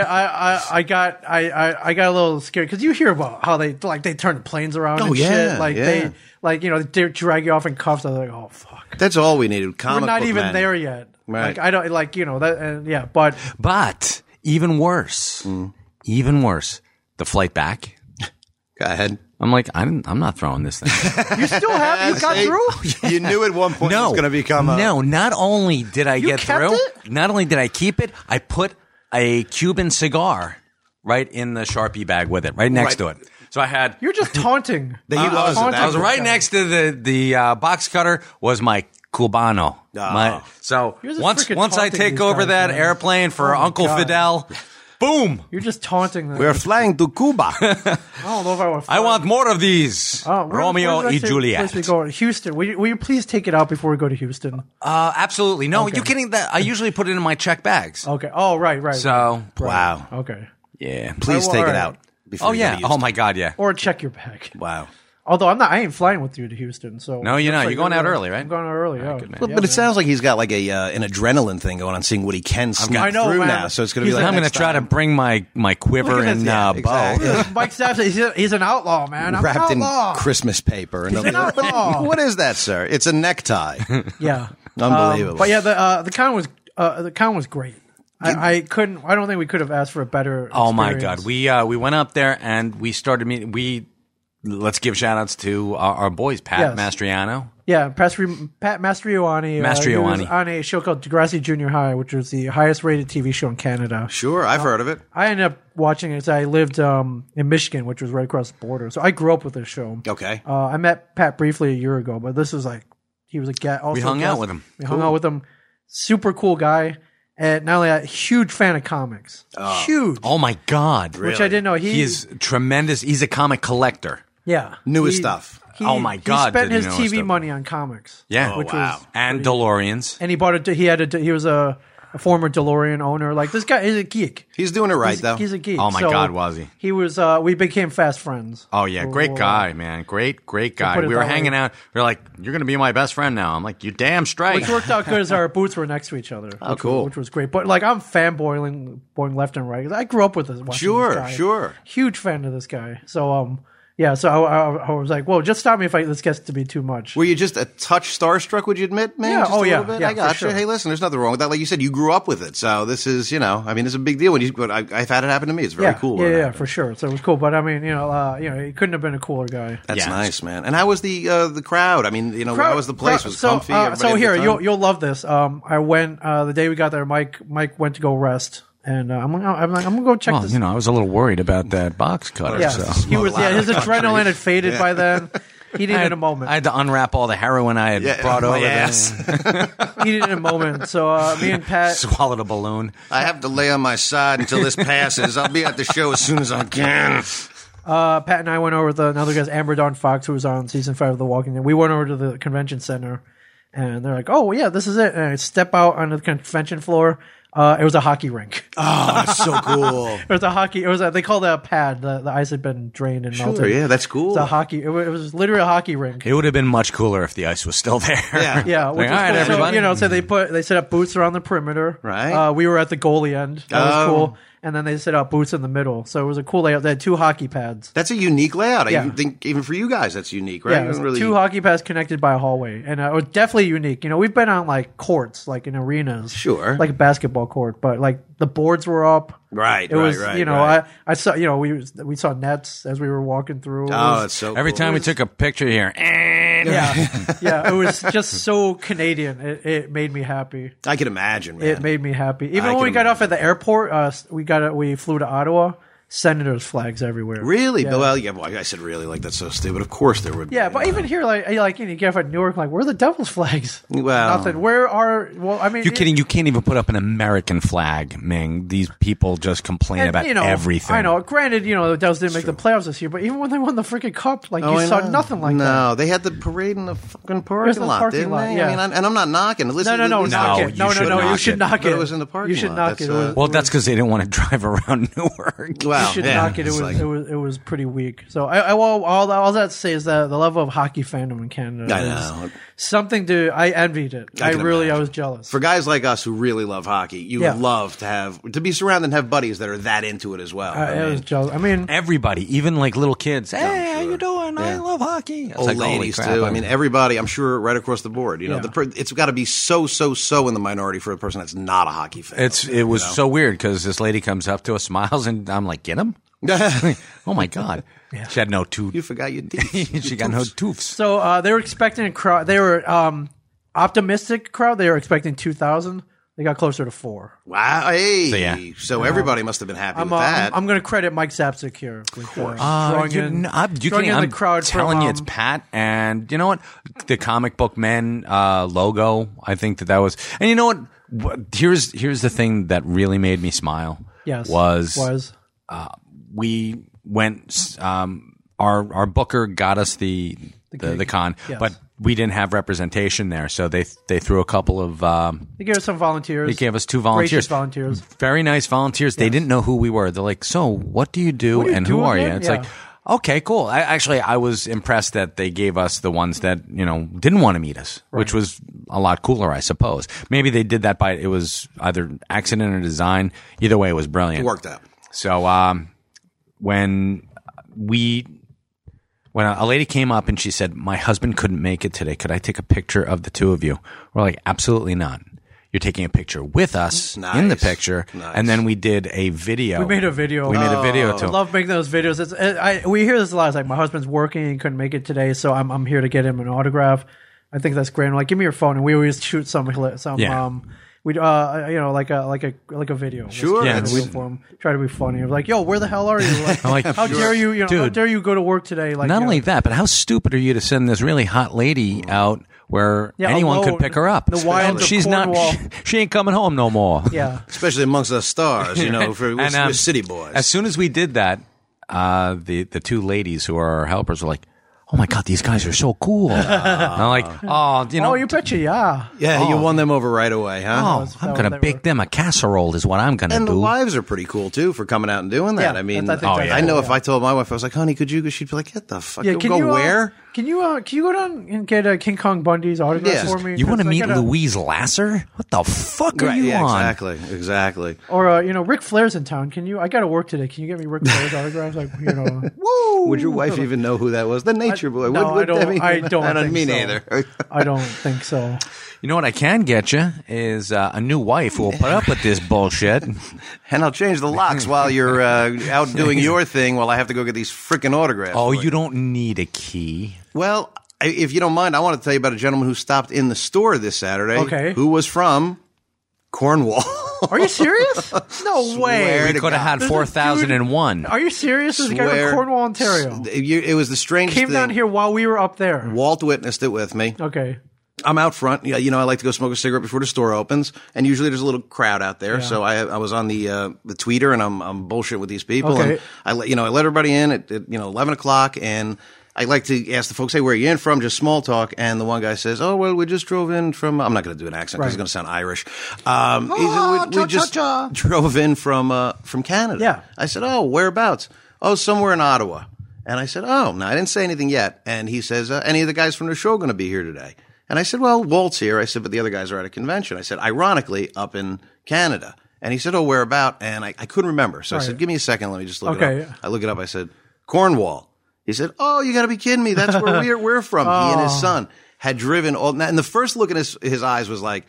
I, I got I, I, I got a little scared because you hear about how they like they turn the planes around
Oh,
and
yeah,
shit. Like
yeah.
they like you know they drag you off in cuffs. I was like, oh fuck.
That's all we needed. Comic
We're not
book
even
men.
there yet.
Right.
Like I don't like you know that and yeah, but
but even worse,
Mm.
even worse, the flight back.
Go ahead.
I'm like, I didn't, I'm not throwing this thing.
you still have you got
See?
through.
You knew at one point it was going to become a.
no. Not only did I get
kept
through,
it?
not only did I keep it, I put a Cuban cigar right in the sharpie bag with it, right next
Right.
to it. So I had.
You're just taunting.
He loves it.
Haunted.
I was right
Okay.
next to the the uh, box cutter was my cubano.
Ah.
My- so
You're just
once
freaking
once I
taunting
take
these
over
guys,
that
man.
airplane for
Oh my
Uncle
God.
Fidel, boom!
You're just taunting them.
We're flying to Cuba.
I don't know if I want. To
I want more of these.
Oh, where-
Romeo
where did I say
and
Place we
Juliet.
go? Houston. Will you, will you please take it out before we go to Houston?
Uh, absolutely. No,
Okay.
you kidding? That I usually put it in my check bags.
Okay. Oh, right, right.
So
wow.
okay.
yeah,
Please
Oh, I will-
take
all
it
right.
out. Before
Oh
you go
yeah.
to
Oh
Houston.
my God. Yeah.
Or check your bag.
Wow.
Although I'm not, I ain't flying with you to Houston. So
No, you're
Looks
not. You're going out
gonna-
early, right?
I'm going out early. Yeah.
But, but it sounds like he's got like a uh, an adrenaline thing going on, seeing what he can sneak
I know,
through
man.
now. So it's going to
He's
be like
like,
I'm going to
next
try to
time.
bring my my quiver
Look at
and
this- yeah,
uh,
exactly.
bow.
Mike Staff he's, a- he's an outlaw, man. I'm an
wrapped in
outlaw.
Christmas paper. And
He's an
they'll be like,
outlaw.
what is that, sir? It's a necktie.
Yeah.
Unbelievable.
Um, but yeah, the uh, the con was uh, the con was great. I, I couldn't. I don't think we could have asked for a better.
Oh my
experience.
God! We uh, we went up there and we started meeting. We let's give shout outs to our, our boys Pat
Yes.
Mastriano.
Yeah, Pastri- Pat Mastriani. uh, he was
Mastriani.
on a show called Degrassi Junior High, which was the highest rated TV show in Canada.
sure,
uh,
I've heard of it.
I ended up watching it. 'cause I lived um, in Michigan, which was right across the border, so I grew up with this show.
Okay.
Uh, I met Pat briefly a year ago, but this was like he was a guest.
We hung out with him.
We hung out with him. Super cool guy. And not only that, huge fan of comics. huge.
Oh my God.
Which I didn't know. He,
He is tremendous. He's a comic collector.
Yeah.
Newest
He-
stuff.
he-
Oh my God,
He spent
did he
his
know his
TV
stuff.
money on comics.
Yeah.
Which was,
And DeLoreans.
and he bought a. He had a. He was a, a former DeLorean owner. Like this guy is a geek.
He's doing it right
He's,
though.
he's a geek.
Oh my
So
God, was he?
He was. Uh, we became fast friends.
Oh yeah,
We'll-
great
we'll-
guy, man. Great, great guy.
put it
We were
that way.
hanging out. We are like, "You're gonna be my best friend now." I'm like, "You damn straight."
Which worked out good as our boots were next to each other. Oh, which,
cool.
Which was great. But like, I'm fanboying, boying left and right. I grew up with this. watching
Sure,
this guy.
sure.
Huge fan of this guy. So um, yeah. So I, I, I was like, well, just stop me if I, this gets to be too much.
Were you just a touch starstruck? Would you admit, man?
Yeah,
Just
oh,
a little
yeah,
Bit?
yeah,
I
for
got
sure.
you. Hey, listen, there's nothing wrong with that. Like you said, you grew up with it, so this is, you know, I mean, it's a big deal when you. But I, I've had it happen to me. It's very
yeah,
cool.
Yeah,
when it
yeah,
happens.
for sure. So it was cool. But I mean, you know, uh, you know, he couldn't have been a cooler guy.
That's
Yeah.
nice, man. And how was the uh, the crowd? I mean, you know, how was the place?
crowd-
Was it
so,
comfy?
uh,
Everybody
so
had a
here,
good
you'll
time?
you'll love this. Um, I went uh, the day we got there. Mike Mike went to go rest, and uh, I'm like, I'm like, I'm gonna go check
well,
this.
you know, I was a little worried about that box cutter.
yeah,
So.
he was. Yeah, his adrenaline had faded by then. He needed a moment.
I had to unwrap all the heroin I had
Yeah,
brought
Oh,
my
over. there.
ass.
he needed a moment. So uh, me and Pat,
Swallowed a balloon.
I have to lay on my side until this passes. I'll be at the show as soon as I can.
uh, Pat and I went over to another guy's Amber Dawn Fox, who was on season five of The Walking Dead. We went over to the convention center, and they're like, "Oh yeah, this is it." And I step out onto the convention floor. Uh, it was a hockey rink.
Oh, so cool.
It was a hockey. It was a, they called it a pad. The, the ice had been drained and melted.
Sure, yeah, that's cool.
It's a hockey. It was, it was literally a hockey rink.
It would have been much cooler if the ice was still there.
Yeah.
Yeah,
Like,
which
all
was
right,
cool. So,
everybody.
you know, so they put they set up boots around the perimeter.
Right.
Uh, we were at the goalie end. That was
Oh.
cool. And then they set up boots in the middle. So it was a cool layout. They had two hockey pads.
That's a unique layout.
Yeah.
I even think even for you guys, that's unique, right?
Yeah,
You
it was
don't really-
two hockey pads connected by a hallway, and uh, it was definitely unique. You know, we've been on like courts, like in arenas,
Sure.
like a basketball court, but like the boards were up.
Right,
It
right,
was,
right,
you know,
right.
I, I saw, you know, we was- we saw nets as we were walking through. It
Oh,
was-
that's so.
Every
cool.
time we took a picture here, eh,
yeah, yeah, it was just so Canadian. It, it made me happy.
I can imagine, man.
It made me happy. Even
I
when
can
we got off at the airport, uh, we got we flew to Ottawa. Senators flags everywhere.
Really?
Yeah.
But, Well, yeah. Well, I said really like that's so stupid. Of course there would. be,
Yeah,
you
but
know.
even here, like, like you, know, you get off at Newark, like where are the Devils flags?
Well.
nothing. Where are? Well, I mean,
you're
it-
kidding. You can't even put up an American flag, Ming. These people just complain
and,
about
you know,
everything.
I know. Granted, you know the Devils didn't make the playoffs this year, but even when they won the freaking cup, like
Oh,
you
I
saw
know.
nothing like
no,
that.
they had the parade in the fucking
was
parking
the
lot,
parking
didn't
lot,
they?
yeah.
I mean, I'm- and I'm not knocking. Listen,
No, no, no,
listen,
knock
No,
it.
you
No, no,
should
no. You
knock
should
it.
knock
But
it.
it was in the parking
You should
lot.
knock it.
That's,
It was-
uh,
Well, that's because they didn't want to drive around Newark.
Wow,
you should
yeah,
knock it. It
it's
was,
like-
it was it was pretty weak. So I, I well, all all that to say is that the level of hockey fandom in Canada
I
is
know.
something to I envied it. I,
I can
really I
imagine.
was jealous.
for guys like us who really love hockey, you
Yeah.
love to have to be surrounded and have buddies that are that into it as well.
Uh,
I, I was jealous. I mean,
Everybody, even like little kids. Hey, how
sure.
you doing? I
Yeah.
love hockey. It's
old
like, holy
ladies
crap,
too. I mean, everybody. I'm sure right across the board. You know,
Yeah.
the per- it's got to be so so so in the minority for a person that's not a hockey fan.
It's it was so weird because this lady comes up to us, smiles, and I'm like, "Get him!" oh my god, she had no
you
tooth.
forgot your teeth.
she got no tooths.
so uh, they were expecting a crowd. They were um, optimistic crowd. They were expecting two thousand. They got closer to four.
Wow. Hey. So,
yeah.
everybody must have been happy
I'm,
with
uh,
that.
I'm, I'm going to credit Mike Zapsik here. With, uh,
Uh,
drawing
you,
in-
no, I'm, you
drawing
can't,
in
I'm
the crowd
telling
from,
you, it's
um,
Pat, and you know what? The comic book men uh, logo. I think that that was, and you know what? What- Here's here's the thing that really made me smile.
yes,
was
was
we went um our our booker got us the the, the, con
yes.
but we didn't have representation there so they they threw a couple of um
they gave us some volunteers.
they gave us two volunteers
Gracious volunteers.
very nice volunteers they didn't know who we were they're like so what do you do,
do you
and
do
who are
again?"
you it's
Yeah.
like okay cool I, actually i was impressed that they gave us the ones that you know didn't want to meet us which was a lot cooler i suppose maybe they did that by it was either accident or design either way it was brilliant
it worked out.
so um, when we when a lady came up and she said, "My husband couldn't make it today. Could I take a picture of the two of you?" We're like, "Absolutely not." You're taking a picture with us in the
Nice.
picture,
Nice. Oh.
and then we did a video.
We made a video.
We made a video
I
to
love making those videos. It's, I, I- we hear this a lot. It's like my husband's working and couldn't make it today, so I'm, I'm here to get him an autograph. I think that's great. I'm like, give me your phone, and we always shoot some hila- some
Yeah.
um, we uh, you know, like a like a like a video.
Sure,
yeah,
it's-
for him. Try to be funny. I'm like, yo, where the hell are you? Like,
like,
how
sure.
dare you? You know, how
Dude.
dare you go to work today? Like,
Not
you know,
Mm.
only that, but how stupid are you to send this really hot lady out where
Yeah,
anyone
alone
could pick her up.
in the wilds
And
of
she's not.
Cornwall.
She, ain't coming home no more.
Yeah.
especially amongst us stars, you know, for we're,
And, um,
we're city boys.
As soon as we did that, uh, the the two ladies who are our helpers were like, "Oh my god, these guys are so cool!" And I'm like, "Oh, you know,
Oh, you betcha, yeah.
yeah, you won them over right away, huh?
oh,
that
I'm
was-
gonna
they
bake
were-
them a casserole is what I'm gonna
and the
do."
wives are pretty cool too for coming out and doing that.
Yeah,
I mean,
I
I,
think
that's
I know
cool,
if
yeah.
I told my wife, I was like, "Honey, could you?" go-" She'd be like, "Get the fuck,
Yeah,
go,
can
go
you, uh,
where?"
can you uh, can you go down and get uh, King Kong Bundy's autograph
Yeah.
for me?
you want to
'Cause I
meet
gotta-
Louise Lasser? What the fuck are
Right,
you
yeah,
on?
exactly, exactly.
Or uh, you know, Ric Flair's in town. Can you? I got to work today. Can you get me Ric Flair's autograph? Like you know,
Would your wife even know who that was? The Nature Boy.
no,
would, would,
I don't-
mean,
I don't
I don't
think
mean
so.
either.
I don't think so.
You know what I can get you is uh, a new wife who will put up with this bullshit.
And I'll change the locks while you're uh, out doing your thing, while I have to go get these freaking autographs.
Oh,
for
you don't need a key.
Well, I- if you don't mind, I want to tell you about a gentleman who stopped in the store this Saturday.
Okay.
Who was from Cornwall.
Are you serious? No
Swear
way.
to
Could have
God.
had
There's a
four thousand and one.
Are you serious? This guy
Swear-
from Cornwall, Ontario
S- you- It was the strangest
came
thing.
down here while we were up there.
Walt witnessed it with me.
Okay.
I'm out front. Yeah, You know, I like to go smoke a cigarette before the store opens, and usually there's a little crowd out there. So I, I was on the uh, the tweeter, and I'm I'm bullshit with these people.
Okay.
And I let you know I let everybody in at, at you know 11 o'clock, and I like to ask the folks, "Hey, where are you in from?" Just small talk, and the one guy says, "Oh, well, we just drove in from." I'm not going to do an accent because
Right. Ah,
it's going to sound Irish. Um, he said, we, we just drove in from uh, from Canada.
Yeah.
I said, "Oh, whereabouts?" "Oh, somewhere in Ottawa." And I said, "Oh, no, I didn't say anything yet." And he says, uh, "Any of the guys from the show going to be here today?" And I said, "Well, Walt's here." I said, "But the other guys are at a convention." I said, "Ironically, up in Canada." And he said, "Oh, whereabout?" And I, I couldn't remember, so I said, "Give me a second. Let me just look
Okay.
it up." I look it up. I said, "Cornwall." He said, "Oh, you got to be kidding me! That's where we're we're from." He and
Oh.
his son had driven all. And the first look in his his eyes was like,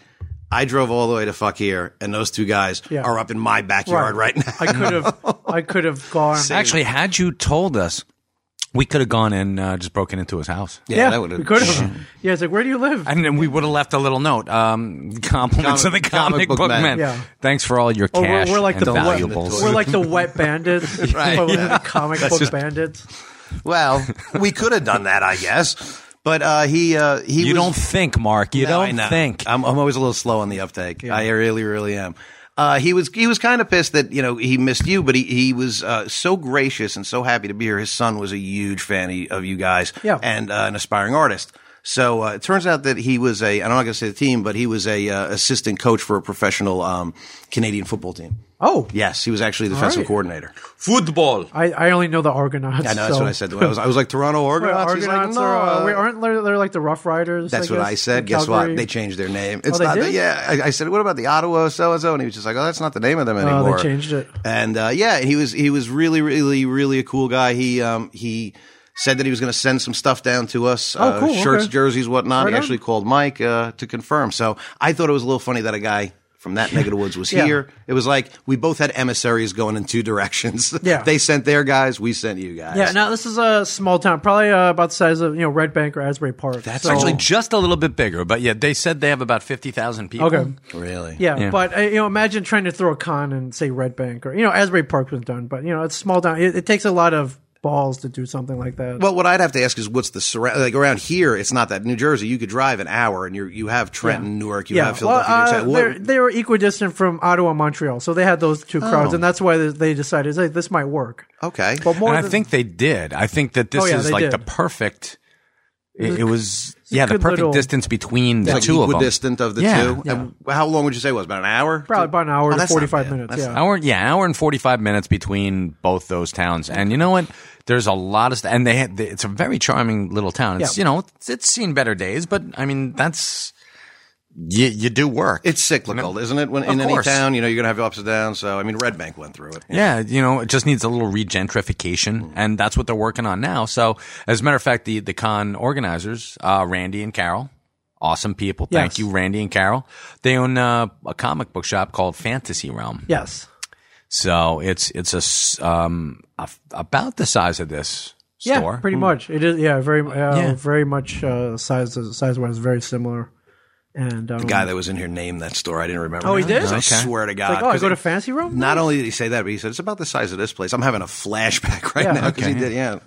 "I drove all the way to fuck here, and those two guys
Yeah.
are up in my backyard right, now."
I could have. I could have gone.
Actually, had you told us, we could have gone and uh, just broken into his house.
yeah,
that
we
would've-
could have. Yeah, it's like where do you live?
And then we would have left a little note. Um, compliments
Comic-
of the comic, book, man.
Yeah.
Thanks for all your
Oh, we're-
cash
we're, like
and
the wet-
valuables.
We're like the wet bandits,
Right,
but we're
yeah.
the comic book bandits.
Well, we could have done that, I guess. But uh, he uh, he
you
was-
don't think, Mark. You
No, I
don't
know.
think.
Uh,
I'm, I'm always a little slow on the uptake. I really, really am. Uh, he was he was kind of pissed that you know he missed you, but he he was uh, so gracious and so happy to be here. His son was a huge fan of- of you guys,
Yeah.
and uh, an aspiring artist. So uh, it turns out that he was a I'm not going to say the team, but he was a uh, assistant coach for a professional um, Canadian football team.
Oh,
Yes, he was actually the defensive
right.
coordinator.
Football.
I, I only know the Argonauts.
I know that's
so-
what I said. to him. I was I was like Toronto Argonauts. He's
Argonauts
like,
are,
"No,
uh,
uh,
we aren't they're, they're like the Rough Riders.
That's
I
what
guess,
I said.
in
Guess
Calgary. Oh,
what? They changed their name. It's
they
not.
did?
That, yeah, I, I said, what about the Ottawa so and so? And he was just like, oh, that's not the name of them anymore.
changed it.
And uh, yeah, he was he was really really really a cool guy. He um he said that he was going to send some stuff down to us, uh,
Oh, cool,
shirts,
okay.
jerseys, whatnot.
Right
he
on.
actually called Mike uh, to confirm. So I thought it was a little funny that a guy. From that neck of the woods was
Yeah.
here. It was like we both had emissaries going in two directions.
Yeah.
they sent their guys, we sent you guys.
Yeah, now this is a small town, probably uh, about the size of you know Red Bank or Asbury Park. That's
Actually, just a little bit bigger, but yeah, they said they have about fifty thousand people.
okay.
really.
Yeah,
Yeah.
but uh, you know, imagine trying to throw a con and say Red Bank or you know Asbury Park was done, but you know it's small town. It, it takes a lot of balls to do something like that.
Well, what I'd have to ask is what's the surround like around here? It's not that New Jersey. You could drive an hour, and you you have Trenton, Newark, you
yeah,
have
well,
Philadelphia. New
uh,
Jersey.
they're-
What-
they were equidistant from Ottawa, and Montreal, so they had those two crowds,
Oh.
and that's why they decided hey, this might work.
okay,
But more,
and I
than-
think they did. I think that this
Oh, yeah,
is
they
like
did.
the perfect. It, it was
a
yeah, the
good
perfect
little-
distance between the
like
two of them.
equidistant of the
Yeah.
two. And how long would you say it was? About an hour?
probably about an hour to
Oh, that's not
forty five
bad.
minutes.
That's
yeah,
Hour, yeah, hour and forty five minutes between both those towns, and you know what? There's a lot of, st- and they, had, it's a very charming little town. It's
Yeah.
you know, it's, it's seen better days, but I mean, that's you, you do work.
It's cyclical, isn't it? When in
Of
any
course.
town, you know, you're gonna have ups and downs. So I mean, Red Bank went through it.
yeah, you know, it just needs a little regentrification, and that's what they're working on now. So, as a matter of fact, the the con organizers, uh, Randy and Carol, awesome people. Thank
Yes.
you, Randy and Carol. They own uh, a comic book shop called Fantasy Realm.
yes.
So it's it's a s- um a, about the size of this
Yeah,
store.
pretty much. It is. Yeah, very, uh,
Yeah.
very much uh, size size wise, very similar. And um,
The guy that was in here named that store. I didn't remember.
Oh, he did?
I
Okay.
swear to God.
like, oh, I
'Cause
go to
it-
Fancy Room.
Not only did he say that, but he said it's about the size of this place. I'm having a flashback right
Yeah.
now 'cause he
Okay.
did. Yeah,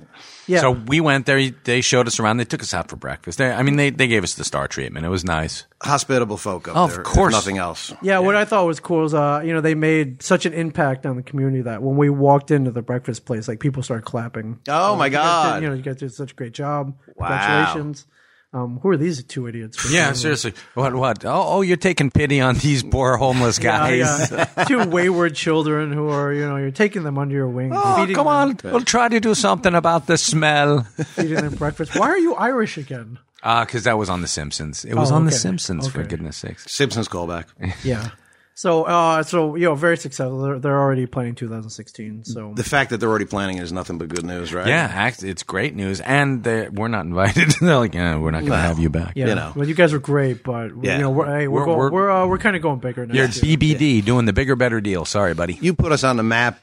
yeah.
So we went there. They showed us around. They took us out for breakfast. They, I mean, they, they gave us the star treatment. It was nice.
hospitable folk up
Of
there. if
course.
nothing else.
Yeah, what I thought was cool is, uh, you know, they made such an impact on the community that when we walked into the breakfast place, like people started clapping.
Oh my
You guys did-
God!
you know, you guys did such a great job.
Wow.
Congratulations. Um, who are these two idiots? for
Yeah,
doing
seriously. What? What? Oh, oh, you're taking pity on these poor homeless
that?
guys.
Uh, Yeah, yeah. two wayward children who are, you know, you're taking them under your wing,
Oh,
feeding,
come
them,
on. We'll try to do something about the smell.
feeding them breakfast. Why are you Irish again?
Because that was on The Simpsons. It was
Oh,
on The
okay.
Simpsons, for
Okay.
goodness sakes.
Simpsons callback.
Yeah. So, uh, so you know, very successful. They're, they're already planning 2016. So,
The fact that they're already planning is nothing but good news, right?
Yeah, act, it's great news. And they, we're not invited. They're like, yeah, we're not going to have you back.
yeah.
you know.
well, you guys were great, but
Yeah.
you know, we're, hey, we're
We're-
going, we're
we're-
we're, uh, we're kind of going bigger now.
You're BBD doing the bigger, better deal. Sorry, buddy.
You put us on the map.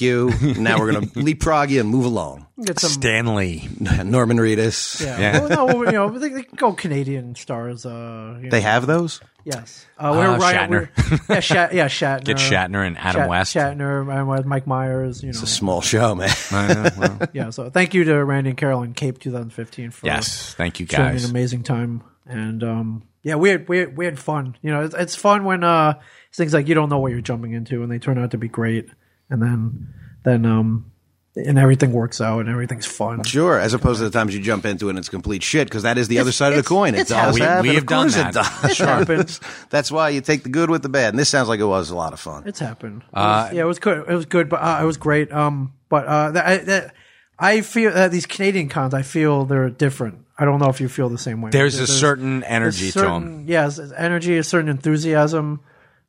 you. Now we're going to leapfrog you and move along.
Get some
Stanley.
Norman Reedus.
Yeah.
Yeah.
Well, no, well, you know, they, they go Canadian stars. Uh, you
They
know.
have those?
yes. Uh, whenever
Uh,
Ryan-
Shatner.
we- yeah, Shat, yeah, Shatner.
Get Shatner and Adam
Shat-
West.
Shatner, Adam West, Mike Myers. You know,
Small show, man.
I know, Oh, well,
yeah. So thank you to Randy and Carol and Cape 2015 for
yes. Thank you,
showing
guys.
an amazing time. And um, yeah, we had, we had we had fun. You know, it's, it's fun when uh, it's things like you don't know what you're jumping into, and they turn out to be great, and then then um, and everything works out, and everything's fun.
Sure, as opposed to the times you jump into it and it's complete shit, because that is the other side of the
it's-
coin. It
it's how
does
we-
happen.
we
Of
have done
course it
that.
does.
It happens.
That's why you take the good with the bad. And this sounds like it was a lot of fun.
It's happened. It was-
Uh,
yeah, it was good. It was good, but uh, it was great. Um, but uh, that, I- that I feel uh, these Canadian cons. I feel they're different. I don't know if you feel the same way.
There's a certain energy
there's
to them.
certain- Yes, there's energy, a certain enthusiasm.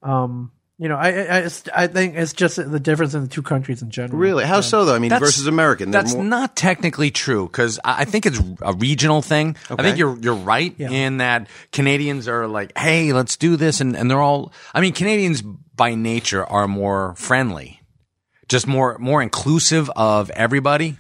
Um, you know, I I, it's- I think it's just the difference in the two countries in general.
Really? How so, though? I mean, versus American. They're
That's
more-
not technically true because I, I think it's a regional thing. I think you're you're right in that Canadians are like, hey, let's do this, and and they're all. I mean, Canadians by nature are more friendly, just more more inclusive of everybody.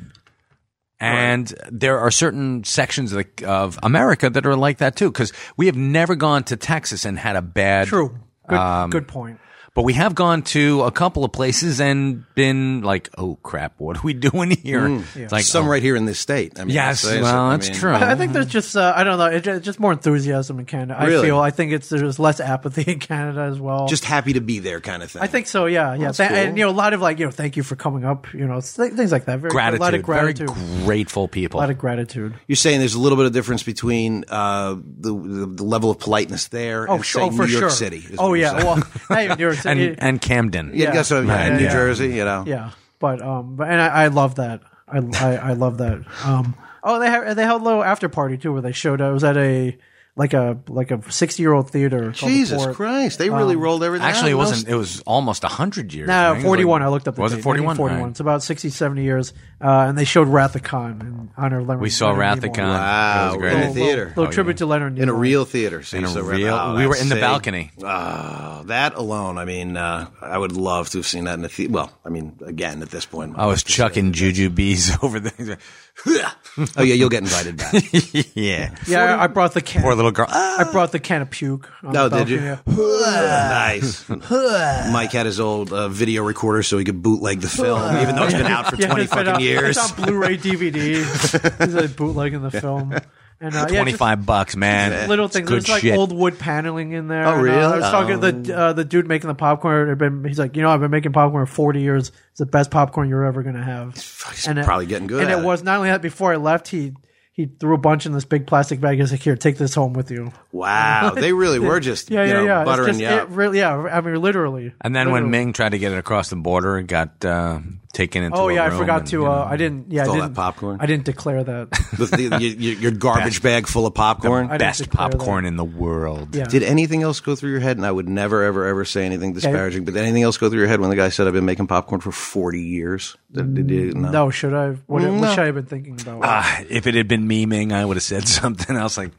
And there are certain sections of, the, of America that are like that too, because we have never gone to Texas and had a bad
True. Good,
Um,
good point.
but we have gone to a couple of places and been like, oh crap, what are we doing here?
Mm.
It's like,
some
oh,
right here in this state. I mean,
yes,
that's-
well,
I
that's
mean,
true.
I think there's just uh, I don't know. It's just more enthusiasm in Canada. I
Really?
feel. I think it's there's less apathy in Canada as well.
Just happy to be there kind of thing.
I think so. Yeah, yeah. Tha- And you know, a lot of like you know, thank you for coming up. You know, it's th- things like that. Very,
gratitude,
a lot of gratitude,
very grateful people.
a lot of gratitude.
You're saying there's a little bit of difference between uh, the, the the level of politeness there
Oh,
and
sure,
say
oh, for
New York
sure.
City. is
Oh
what you're
yeah,
saying.
well, hey, New York City.
and and Camden,
yeah, that's what I mean,
Right,
in New
yeah.
Jersey, you know.
yeah, but um, but and I, I love that. I, I I love that. Um, oh, they ha- they held a little after party too, where they showed. I was at a like a like a sixty year old theater. called the
Jesus
Fort.
Christ, they
Um,
really rolled everything.
Actually, it
out.
wasn't. It was almost hundred years. I
No,
think it was
41.
like-
I looked up the
Was
date,
it forty-one?
1941. It's about 60, 70 years. Uh, and they showed Wrath of Khan in honor of Leonard
We saw Wrath
Leonard Nimoy.
of Khan. It was
Wow, in a
Little-
great.
really? theater.
Little,
Oh,
tribute to Leonard Nimoy.
in a real theater. So
In
you
a
said,
real-
oh,
we were
I
in the
see.
balcony.
Oh, that alone. I mean, uh, I would love to have seen that in the theater. Well, I mean, again, at this point,
I was chucking juju bees over the.
oh yeah, you'll get invited back.
yeah,
Yeah, I I brought the can.
poor little girl. Ah!
I brought the can of puke. on
No,
the
did you?
balcony.
nice. Mike had his old uh, video recorder so he could bootleg the film, even though it's been out for
Yeah,
twenty
it's been
fucking
on-
years.
It's on Blu-ray, DVD. There's a bootleg in the film. And uh, yeah, just
Twenty-five bucks, man.
Eh,
little
It's
things.
Good
There's like
shit.
old wood paneling in there.
Oh,
And, uh, I
really? Um,
was talking to the uh, the dude making the popcorn. Had been, he's like, you know, I've been making popcorn for 40 years. It's the best popcorn you're ever gonna have. And it-
probably getting good
And
at
it
it.
was not only that. Before I left, he he threw a bunch in this big plastic bag. He's like, here, take this home with you.
Wow, they really were just
Yeah,
you
yeah,
know,
yeah. It's
buttering
just-
you
it
up.
really, yeah. I mean, literally.
And then when
Literally.
Ming tried to get it across the border, it got uh, taken into.
Oh
a
yeah, I
room
forgot
and,
to.
you
Uh,
know.
I didn't. Yeah,
Stole
I
that
didn't,
popcorn?
I didn't declare that.
The- the- your- your garbage bag full of popcorn.
I didn't
best
declare that.
popcorn in the world.
Yeah.
Did anything else go through your head? And I would never, ever, ever say anything disparaging. But did anything else go through your head when the guy said, "I've been making popcorn for forty years"? Did, did you, no.
No, should I? What, what should I have been thinking about?
Ah, if it had been memeing, I would have said something else like,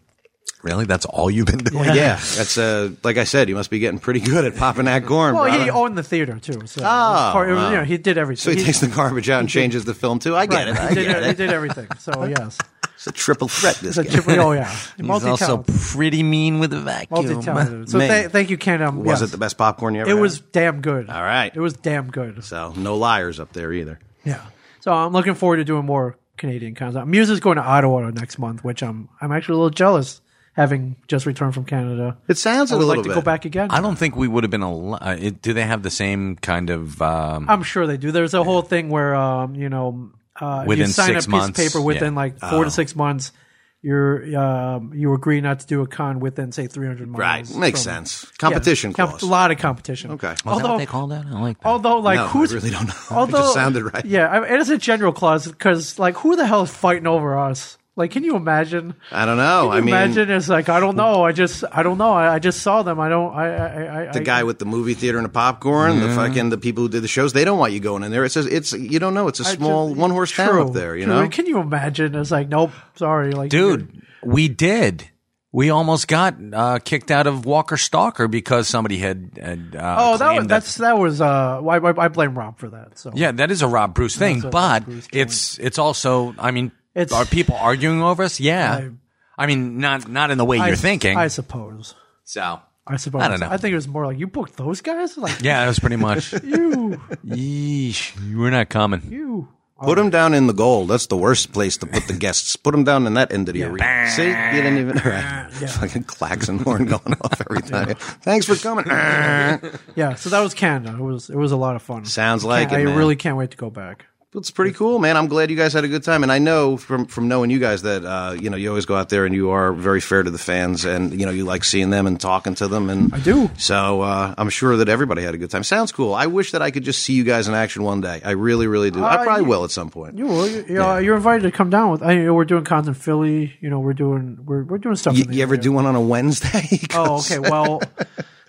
"Really? That's all you've been doing?"
Yeah, that's uh, like I said, you must be getting pretty good at popping that corn.
well, he
brother. Ah,
owned the theater too, so it was part- it was, you know, he did everything.
so he takes the garbage out and changes the film too. I get it. I
he, did,
get
he
it.
did everything. So yes,
It's a triple threat. This guy.
oh yeah,
He's also pretty mean with a vacuum.
multi-talented. So
Man.
th- thank you, Ken. Um,
was
yes.
it the best popcorn you ever?
It
had?
was damn good. All
right.
it was damn good.
So no liars up there either.
Yeah. So I'm looking forward to doing more Canadian cons. Uh, Muse is going to Ottawa next month, which I'm I'm actually a little jealous, having just returned from Canada.
It sounds
I
a
would
little
like to
bit.
go back again.
I don't think we would have been al- uh, it- Do they have the same kind of? Um,
I'm sure they do. There's a whole thing where um, you know uh, if
Within
you sign
six
a piece
months,
of paper within
yeah.
like
Oh.
four to six months. You're um, you agree not to do a con within say 300
Right,
miles.
makes
from-
sense. Competition
Yeah,
clause.
A lot of competition.
Okay.
is that
although-
what they call that? I like that.
Although like
no,
who's
I really don't know.
although
it just sounded right.
Yeah, I it is a general clause because like who the hell is fighting over us? Like, can you imagine?
I don't know. I
I
mean,
imagine it's like I don't know. I just I don't know. I, I just saw them. I don't. I I I,
the guy with the movie theater and the popcorn, the fucking the people who did the shows, they don't want you going in there. It says it's you don't know. It's a
I just-
small one horse town
True,
up there. You
true.
know.
Can you imagine? It's like nope. Sorry, like
dude we did we almost got uh, kicked out of walker stalker because somebody had, had uh,
Oh, that was
claimed
that's that was uh. Why I, I blame Rob for that. So
yeah that is a rob bruce thing
a Rob
but
Bruce joint.
it's it's also i mean
It's-
are people arguing over us yeah i, mean not not in the way
I,
you're thinking
I suppose.
so
I suppose.
I don't know.
I think it was more like you booked those guys. Like
yeah that was pretty much
you,
yeesh we're not coming
you.
Put them down in the goal. That's the worst place to put the guests. Put them down in that end of the arena. See, you didn't even. All right. Fucking klaxon horn going off every time. Thanks for coming.
Yeah. So that was Canada. It was it was a lot of fun.
Sounds like
I
it. man.
really can't wait to go back.
It's pretty cool, man. I'm glad you guys had a good time, and I know from from knowing you guys that uh, you know you always go out there and you are very fair to the fans, and you know you like seeing them and talking to them. And I
do.
So uh, I'm sure that everybody had a good time. Sounds cool. I wish that I could just see you guys in action one day. I really, really do. I
Uh,
probably
you-
will at some point.
You will. You, you know, you're invited to come down with. I know we're doing cons in Philly. You know, we're doing we're we're doing stuff.
You,
in the
you ever
area.
do one on a Wednesday?
Oh, okay. Well,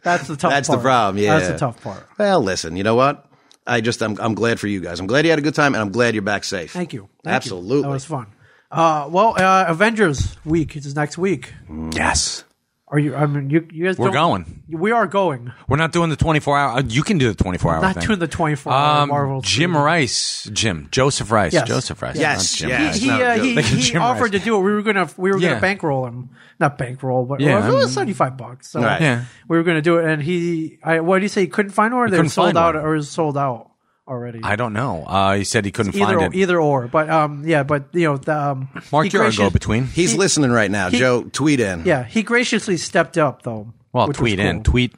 that's the tough.
That's the
part.
problem, yeah.
that's the tough part.
Well, listen. You know what? I just I'm I'm glad for you guys. I'm glad you had a good time, and I'm glad you're back safe.
Thank you. Thank you.
Absolutely.
that was fun. Uh, well, uh, Avengers week is next week.
yes
Are you? I mean, you, you guys.
we're
don't-
going
We are going.
we're not doing the 24 hour uh, you can do the 24 hour
Not
thing.
doing the 24 hour
um,
Marvel.
Jim Rice, Jim Joseph Rice,
Yes.
Joseph Rice.
Yes,
not Jim
yes.
Rice.
He,
No,
uh, he,
Jim-
he
Jim
offered to do it. We were gonna we were
Yeah.
gonna bankroll him, not bankroll, but
Yeah,
well, it was seventy five bucks. So
Right.
Yeah.
we were gonna do it, and he, I, what did he say? He couldn't find one, or they were
couldn't
sold
find
out,
one.
or it was sold out already.
I don't know. Uh, he said he couldn't
either or,
find it.
either or, but um, yeah, but you know, the, um,
Mark,
he
you're our
gracious-
go-between.
He's
he-
listening right now.
he-
Joe, tweet in.
Yeah, he graciously stepped up though.
Well,
which was
tweet in.
cool.
Tweet.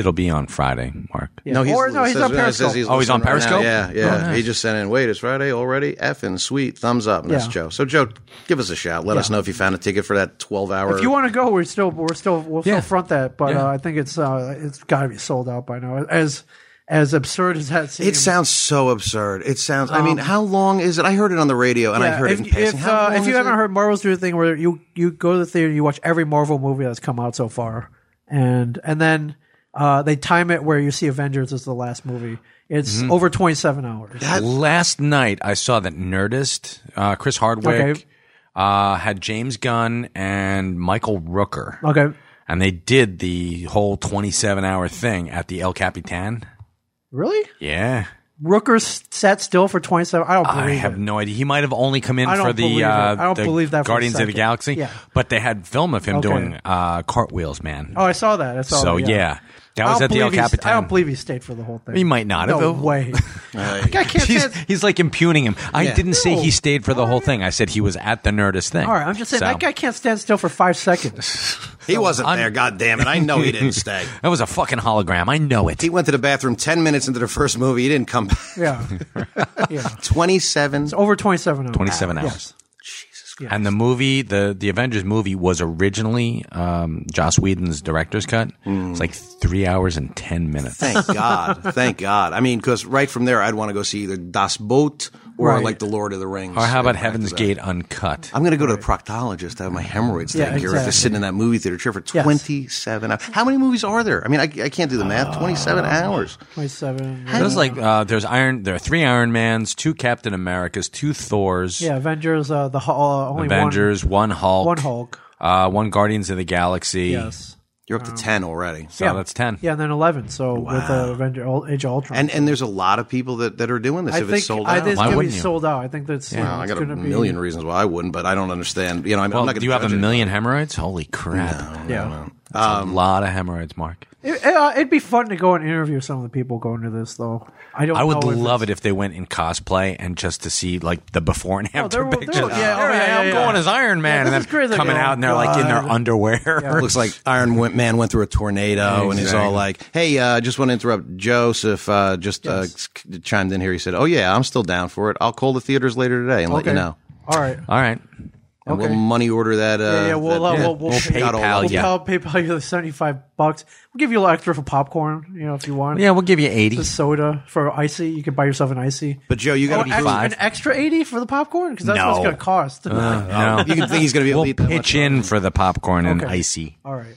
It'll be on Friday, Mark.
Yeah.
No, he's,
or, no,
it
he's
says-
on
it says
Periscope.
he's
Oh, he's on
listening right now.
Periscope?
Yeah, yeah.
Oh, nice.
He just sent in. Wait, it's Friday already. Effing sweet. Thumbs up. And that's
Yeah.
Joe. So Joe, give us a shout. Let us know if you found a ticket for that twelve hour.
if you want to go, we're still we're still we'll
Yeah.
still front that, but
Yeah.
uh, I think it's uh, it's got to be sold out by now. As as absurd as that seems,
it sounds so absurd. It sounds. I mean, how long is it? I heard it on the radio and I
Yeah,
heard
if,
it in passing.
If,
How
uh,
long
if you
is
haven't
it?
heard, Marvel's do a thing where you you go to the theater, you watch every Marvel movie that's come out so far, and and then uh, they time it where you see Avengers as the last movie. It's
Mm-hmm.
over twenty seven hours.
Last night I saw that Nerdist, uh, Chris Hardwick,
Okay.
uh, had James Gunn and Michael Rooker,
Okay,
and they did the whole 27 hour thing at the El Capitan.
really?
Yeah,
Rooker s- sat still for twenty seven. I don't believe
I have
it.
no idea. He might have only come in
I don't
for the
believe it.
uh,
I don't
the
believe that for a
Guardians of the
second.
Galaxy,
Yeah.
but they had film of him
Okay.
doing uh, cartwheels, man.
Oh, I saw that. I saw
so
that,
yeah. that
I
was
don't
at the El
believe he st-
Capitan.
I don't believe he stayed for the whole thing.
He might not
No
have.
way. I can't
He's,
stand-
he's like impugning him. I didn't say
No.
he stayed for the whole thing. I said he was at the Nerdist thing.
All right, I'm just saying
So,
that guy can't stand still for five seconds.
he wasn't
I'm-
there. God damn it! I know he didn't stay.
That was a fucking hologram. I know it.
He went to the bathroom ten minutes into the first movie. He didn't come back.
Yeah, yeah,
Twenty seven.
over twenty seven hours.
27 hours.
Yes.
And the movie, the the Avengers movie, was originally um, Joss Whedon's director's cut.
Hmm.
It's like three hours and ten minutes.
Thank God. Thank God. I mean, because right from there, I'd want to go see either Das Boot or
Right.
like The Lord of the Rings.
Or how about
Yeah,
Heaven's
after that.
Gate uncut?
I'm going to go to the proctologist to have my hemorrhoids
Yeah,
taken care of. If they're
exactly.
sitting in that movie theater chair for
Yes.
27 hours. How many movies are there? I mean, I, I can't do the math.
Uh,
27 hours.
Twenty seven.
There's like uh, there's Iron. There are three Iron Mans, two Captain Americas, two Thors,
Yeah, Avengers. Uh, the Hu- uh, only
Avengers, one, Hulk,
One, one Hulk.
uh, one Guardians of the Galaxy.
Yes.
You're up to ten already.
So that's ten.
Yeah, and then eleven. So with uh, Avenger Ul- Age of Ultron,
And and there's a lot of people that, that are doing this
I
if
think
it's sold
I
out.
think it's
Why
gonna be
wouldn't you?
sold out. I think that's yeah.
Well, I got a
gonna
million
Be,
reasons why I wouldn't, but I don't understand. You know, I'm, I'm
Well,
not going
do you have a million hemorrhoids? Holy crap!
yeah,
That's
Um,
a lot of hemorrhoids, Mark.
it, it, uh, it'd be fun to go and interview some of the people going to this though. I don't.
I would
know if
love it if they went in cosplay and just to see like the before and
there
after
were- there
pictures.
were- yeah, oh,
Here I
yeah,
am
yeah,
going
yeah.
as Iron Man,
this
and
is
then
crazy.
coming
Oh,
out and they're like in their
God.
underwear.
Looks like Iron Wi- Man went through a tornado, and he's
Exactly.
all like, "Hey, uh, just want to interrupt." Joseph uh, just uh,
Yes.
c- chimed in here. He said, "Oh yeah, I'm still down for it. I'll call the theaters later today and
it's-
let you know,
All right.
All right,
and
Okay.
we'll money order that." Uh,
Yeah, yeah, we'll,
that-
uh, we'll, we'll,
We'll
pay-
PayPal
we'll
you.
PayPal, PayPal you the seventy five bucks. We'll give you a little extra for popcorn, you know, if you want.
yeah, we'll give you eighty.
The soda for icy, you can buy yourself an icy.
But Joe, you got
Oh,
to be.
ex-
cool.
five.
an extra eighty for the popcorn because that's what it's
No. Uh.
going to cost.
No.
You can think he's going to be able
We'll
to eat that much.
pitch in for the popcorn and
Okay.
icy
All right,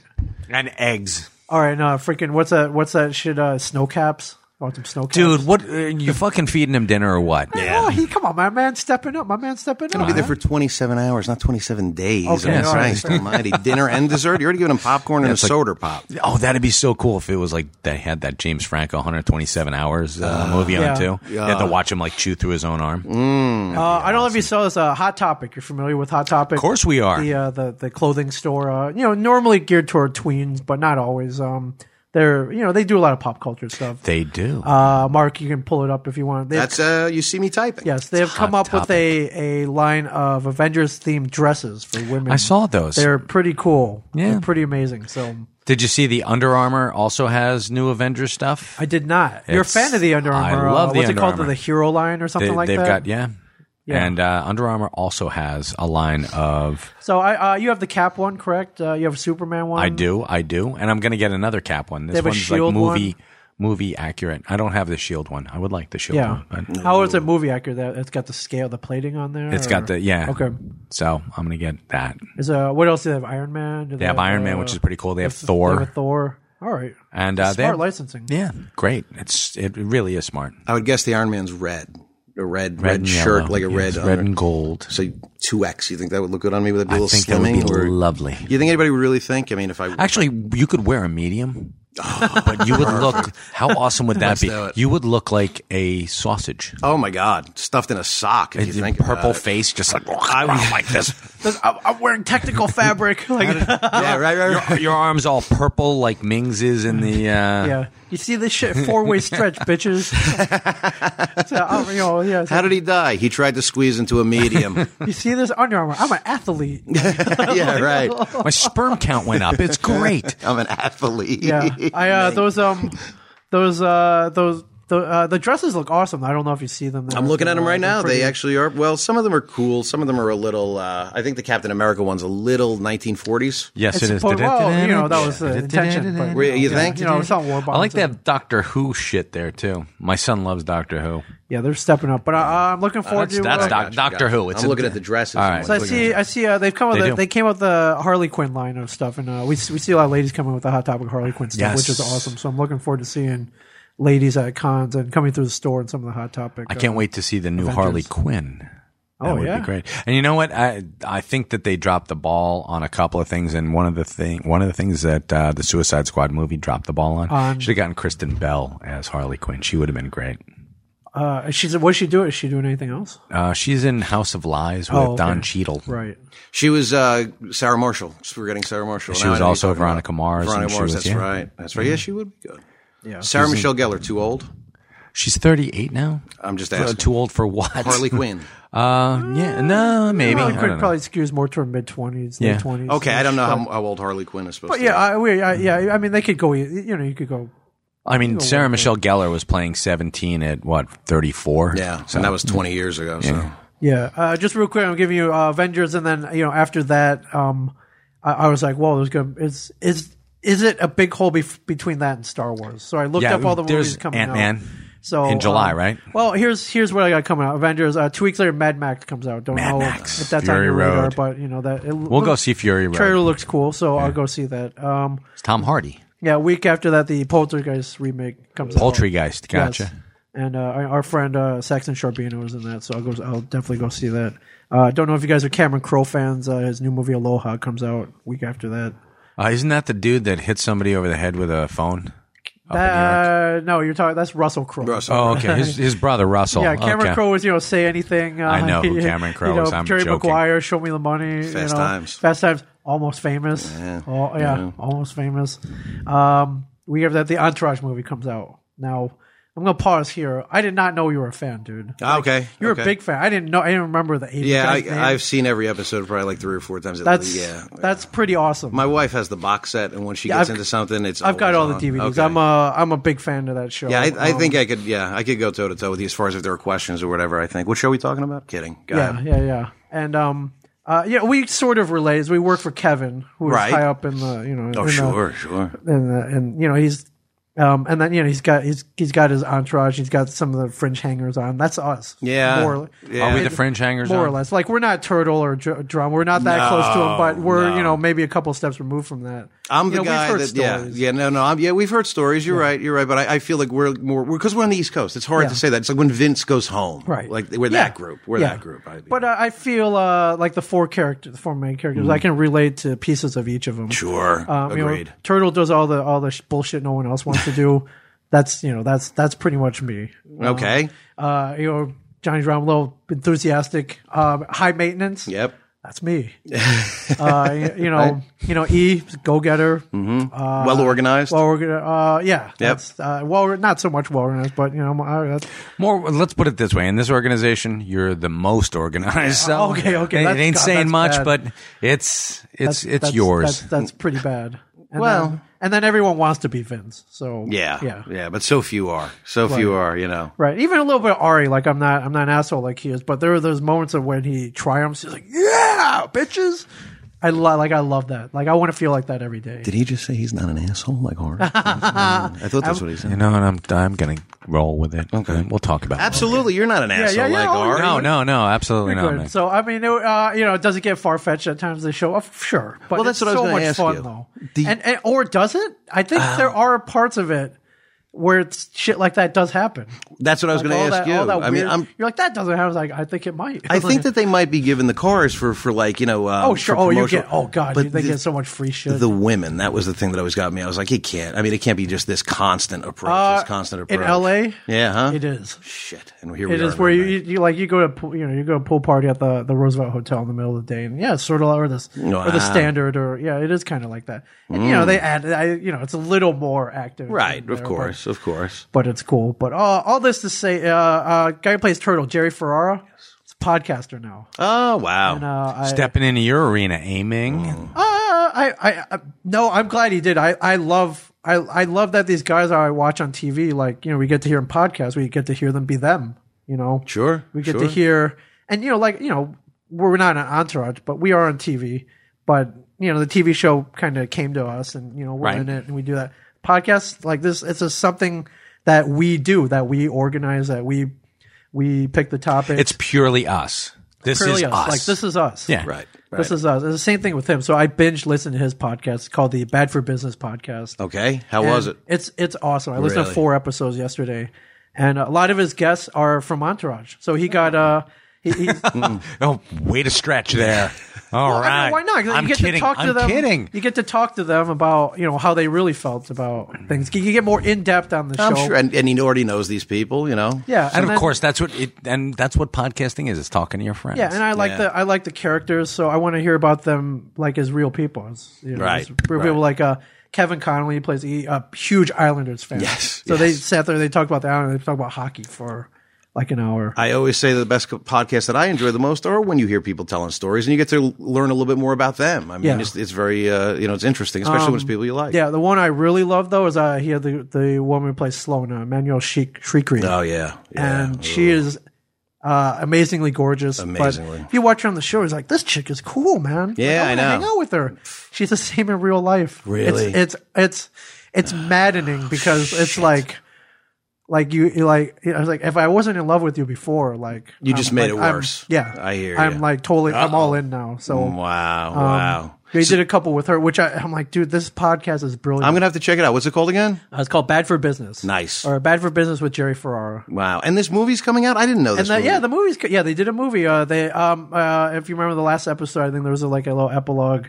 and eggs,
all right. No, freaking what's that? What's that shit? Uh, snow caps. I want some snow caps,
dude. What uh, you fucking feeding him dinner or what?
Oh, he come on, my man, stepping up. My man, stepping
I'll
up.
be there
man.
for 27 hours, not 27 days.
Okay,
I mean,
all right.
Christ almighty. Dinner and dessert. You're already giving him popcorn and a soda pop.
Oh, that'd be so cool if it was like they had that James Franco 127 hours uh, movie
Yeah.
on too. You had to watch him like chew through his own arm.
Uh, I don't know if you saw this. Uh, Hot Topic. You're familiar with Hot Topic?
Of course we are.
The uh, the the clothing store. Uh, you know, normally geared toward tweens, but not always. Um, they're you know they do a lot of pop culture stuff.
They do.
Uh, Mark, you can pull it up if you want. They have-
That's, uh, you see me typing.
yes, they have come
Hot
up with a, a line of Avengers themed dresses for women.
I saw those.
They're pretty cool.
Yeah.
They're pretty amazing. So
Did you see the Under Armour also has new Avengers stuff?
I did not. You're a
It's-
fan of the Under
I
Armour. uh,
love the
what's
Under
it called? The-
Armour.
The Hero line or something
they,
like
they've
that.
got yeah.
Yeah.
And uh, Under Armour also has a line of
So I, uh, you have the Cap one, correct? Uh, you have a Superman one.
I do, I do, and I'm gonna get another cap one. This
have a
one's
shield
like movie
E one?
movie accurate. I don't have the shield one. I would like the shield
Yeah.
one. But
How is it movie accurate? That it's got the scale, the plating on there.
it's
or-
got the yeah.
Okay.
So I'm gonna get that.
Is uh, what else do they have? Iron Man. Do
They have Iron Man, which is pretty cool. They have Thor.
uh, They have a Thor. All right.
and uh, they
Smart
have-
licensing.
Yeah, great. It's it really is smart.
I would guess the Iron Man's red. A red, red,
and
shirt,
yellow.
like a
Yeah,
red.
it's
under-
red and gold.
So two X. You think that would look good on me? Would that be a
I
little
think that would be
slimming? Or
lovely.
you think anybody would really think? I mean, if I
Actually, you could wear a medium, but you would look. How awesome would that be?
do it.
You would look like a sausage.
oh my god, stuffed in a sock. If you
Your
think
purple
about it.
face, just like
would-
like this.
Does- I'm, I'm wearing technical fabric. Like,
yeah, right, right, right.
Your arms all purple, like Ming's is in the. Uh,
yeah. You see this shit four way stretch, bitches. so, uh, you know, yeah. it's
How
like,
did he die? He tried to squeeze into a medium.
you see this Under Armour? I'm an athlete.
yeah, right.
My sperm count went up. It's great.
I'm an athlete.
Yeah, I uh, those um, those uh, those the uh, the dresses look awesome. I don't know if you see them. There.
I'm looking at them
They're
right now.
pretty-
They actually are. Well, some of them are cool. Some of them are a little. Uh, I think the Captain America one's a little 1940s.
Yes,
It's
it is.
supposed- well, you know, that was the intention, but-
Where- you think?
you know, it's not war bonds.
I like that Doctor Who shit there too. My son loves Doctor Who.
Yeah, they're stepping up. But uh, I'm looking forward
That's,
to.
that's
uh,
doc, Doctor Who. It's
I'm
a-
looking at the dresses.
All right.
So I see, I see. Uh, they've come with.
They
They,
do.
they came with the Harley Quinn line of stuff, and uh, we we see a lot of ladies coming with the Hot Topic Harley Quinn stuff,
Yes.
which is awesome. So I'm looking forward to seeing ladies at cons and coming through the store and some of the Hot Topic.
I can't wait to see the new Harley Quinn. That
Oh,
would
yeah.
be great. And you know what? I I think that they dropped the ball on a couple of things, and one of the thing one of the things that uh, the Suicide Squad movie dropped the ball on.
On-
Should have gotten Kristen Bell as Harley Quinn. She would have been great.
Uh, she's what's she doing? Is she doing anything else?
Uh, she's in House of Lies with
Oh, okay.
Don Cheadle.
Right.
She was uh, Sarah Marshall. Just forgetting Sarah Marshall.
She
Now I
was
know who you're
also
talking
Veronica
about.
Mars, and
Veronica
she
Mars.
was-
That's
yeah.
right. That's right. Yeah, she would be good. Yeah. Sarah Michelle Gellar. Too old.
She's thirty eight now.
I'm just
Uh,
asking.
too old for what?
Harley Quinn.
Uh, yeah, no, maybe.
Harley
I
Quinn
don't know.
probably skews more toward mid twenties,
Yeah.
late twenties.
Okay, I don't know how, how old Harley Quinn is supposed
But
to.
yeah, I, we, I, yeah. I mean, they could go. e- You know, you could go.
I mean, Sarah Michelle Gellar was playing seventeen at what thirty four.
be. yeah. So that was 20 years ago. So
Yeah. Uh, just real quick, I'm giving you uh, Avengers, and then you know after that, um, I, I was like, "Whoa, there's gonna is is is it a big hole bef- between that and Star Wars?" So I looked
Yeah,
up all the
there's
movies coming out.
Ant-Man
So
in July,
um,
right?
Well, here's here's what I got coming out. Avengers. Uh, two weeks later, Mad Max comes out. Don't
Mad
know
Max.
if that's on
Fury
your radar,
Road.
but you know that it,
We'll go see Fury Road.
Trailer looks cool, so I'll go see that. Um,
It's Tom Hardy.
yeah, a week after that, the Poltergeist remake comes out.
Poultrygeist. Gotcha.
Yes. And uh, our our friend uh, Saxon Sharpino is in that, so I'll go. I'll definitely go see that. Uh, don't know if you guys are Cameron Crowe fans. Uh, his new movie Aloha comes out week after that.
Uh, isn't that the dude that hit somebody over the head with a phone? up in New York?
Uh, no, you're talking. That's Russell Crowe.
Oh, okay. His, his brother Russell.
Oh,
Yeah, Cameron
okay.
Crowe was you know say anything. Uh,
I know who Cameron Crowe
you know,
is. I'm
Jerry
joking.
Maguire, Show Me the Money. you
Fast
know,
Times.
Fast Times, almost famous. Oh, yeah, almost famous. Um, we have that the Entourage movie comes out now. I'm gonna pause here. I did not know you were a fan, dude.
Ah, okay.
You're
okay.
a big fan. I didn't know. I didn't remember the '80s.
Yeah,
guy's name.
I, I've seen every episode probably like three or four times. At
that's
least. yeah.
that's pretty awesome.
My wife has the box set, and when she gets
I've-
into something, it's.
I've got all
always
the
on.
DVDs.
Okay.
I'm a I'm a big fan of that show.
Yeah, I, I
Um,
think I could. Yeah, I could go toe to toe with you as far as if there are questions or whatever. I think. What show are we talking about? Kidding. Go
Yeah,
ahead.
yeah, yeah. And um, uh, yeah, we sort of relate. as We work for Kevin, who is
Right.
high up in the you know.
Oh,
in the-
sure, sure.
and uh, and you know he's um and then you know he's got he's he's got his entourage he's got some of the fringe hangers on that's us
Yeah.
more,
Yeah.
Are we the fringe hangers?
more or
on?
less like we're not turtle or Dr- drum we're not that close to him but we're
no.
you know maybe a couple steps removed from that
I'm
You
the
know, we've
guy
heard
that yeah
stories.
yeah no no I'm, yeah we've heard stories you're right you're right but I, I feel like we're more because we're, on the East Coast it's hard
Yeah.
to say that it's like when Vince goes home
Right.
like we're
Yeah.
that group we're
Yeah.
that group I,
but uh, I feel uh, like the four characters, the four main characters,
Mm-hmm.
I can relate to pieces of each of them.
sure
Um, you know,
agreed
Turtle does all the all the sh- bullshit no one else wants to do. That's you know that's that's pretty much me.
okay
Uh, you know Johnny Drum, a little enthusiastic, um, high maintenance.
yep
that's me. uh, y- you, know, you know, E go getter.
Mm. well organized
uh, Well, we're gonna, uh, yeah, that's uh, well, not so much well organized, but you know, uh, that's,
More. Let's put it this way: in this organization, you're the most organized. So
Okay, okay,
It,
that's-
ain't
God,
saying
that's
much,
bad.
but it's it's
that's-
it's
that's-
yours.
That's, that's pretty bad. And
Well-
then, and then everyone wants to be Vince. So
yeah
yeah,
yeah but so few are so few are you know
right. Even a little bit of Ari, like I'm not, I'm not an asshole like he is, but there are those moments of when he triumphs. He's like, yeah, bitches. I love, like, I love that. Like, I want to feel like that every day.
did he just say he's not an asshole like Horace I thought that's what he
you
said
know, and I'm I'm gonna roll with it. Okay, we'll talk about
absolutely you're not an asshole
yeah,
like
oh,
Horace
it. No, no, no, absolutely not.
Good.
man.
So I mean, it, uh, you know, it doesn't get far fetched at times. They show up, sure, but
Well, that's
it's
what I was
so
gonna
much
ask
fun
you.
though.
The- Uh,
and, and or does it? I think there are parts of it where it's, shit like that does happen.
that's what I was
all
going to ask
that, all
you
that
I mean
weird-
I'm
you're like that doesn't happen. I was like, I think it might.
I think that they might be given the cars for for like you know um,
oh sure,
for
oh you
promotional-
get oh god,
But
dude, they
the-
get so much free shit.
the women. That was the thing that always got me. I was like, it can't. I mean, it can't be just this constant approach.
Uh,
this constant approach.
in L.A.
yeah, huh?
It is.
Shit, and here we
It
are.
is where you,
right
you, you like you go to pool- you know you go to a pool party at the, the Roosevelt Hotel in the middle of the day and yeah it's sort of or this or
Wow.
the standard or yeah it is kind of like that and you know they add I, you know it's a little more active
now. right?
there,
Of
but-
course, of course.
but, it's cool but uh, all this to say uh, uh guy who plays Turtle Jerry Ferrara it's a podcaster now
Oh wow.
uh, I,
Stepping into your arena, aiming.
uh, I, I I no I'm glad he did I I love I I love that these guys I watch on TV like you know we get to hear in podcasts we get to hear them be them you know
sure.
We get
sure.
to hear, and you know, like you know, we're not an entourage, but we are on TV. But you know, the TV show kind of came to us, and you know, we're
Right.
in it, and we do that podcast like this. It's just something that we do, that we organize, that we we pick the topic.
It's purely us. This
Purely
is us.
Like this is us.
yeah.
Right. Right.
This is us. It's the same thing with him. So I binge listened to his podcast. It's called the Bad for Business podcast.
okay. Oh, How was it?
And It's it's awesome. I listened
Really?
to four episodes yesterday, and a lot of his guests are from Entourage. So he got uh he, he
Oh, way to stretch there. All right.
I mean, why not? You
I'm
get
kidding.
to talk to
I'm
them.
kidding.
You get to talk to them about you know how they really felt about things. You get more in depth on the
I'm
show.
sure, and, and he already knows these people. You know.
Yeah,
And, of
then-
course, that's what it, and that's what podcasting is. It's talking to your friends.
Yeah, and I like
Yeah.
the I like the characters, so I want to hear about them like as real people, as, you know,
Right,
as real people like uh, Kevin Connolly he plays a a huge Islanders fan.
Yes,
so they
yes.
sat there, they talked about the Islanders, they talked about hockey for like an hour.
I always say that the best co- podcasts that I enjoy the most are when you hear people telling stories and you get to l- learn a little bit more about them. I mean,
Yeah. Um,
it's, it's very, uh, you know, it's interesting, especially when it's people you like.
yeah, the one I really love though is uh, he had the the woman who plays Sloan, uh, Manuel Sheik Shrikri.
Oh yeah. Yeah.
and she is uh, amazingly gorgeous.
Amazingly.
But if you watch her on the show, it's like this chick is cool, man. like,
Yeah, I
wanna
know.
Hang out with her. She's the same in real life.
Really? Ah,
It's it's it's, it's maddening because it's like. Like you, you like I was like, if I wasn't in love with you before, like
You just made it
I'm-
worse.
yeah,
I hear
I'm
ya. Mm.
like totally, I'm all in now. So
wow.
um,
wow.
they did a couple with her, which I, I'm like, dude, this podcast is brilliant.
I'm gonna have to check it out. What's it called again?
uh, it's called Bad for Business.
Nice.
or Bad for Business with Jerry Ferrara.
Wow. And this movie's coming out? I didn't know
and
this.
the,
movie.
yeah, the movies. Yeah, they did a movie. Uh, they um uh, if you remember the last episode, I think there was a, like a little epilogue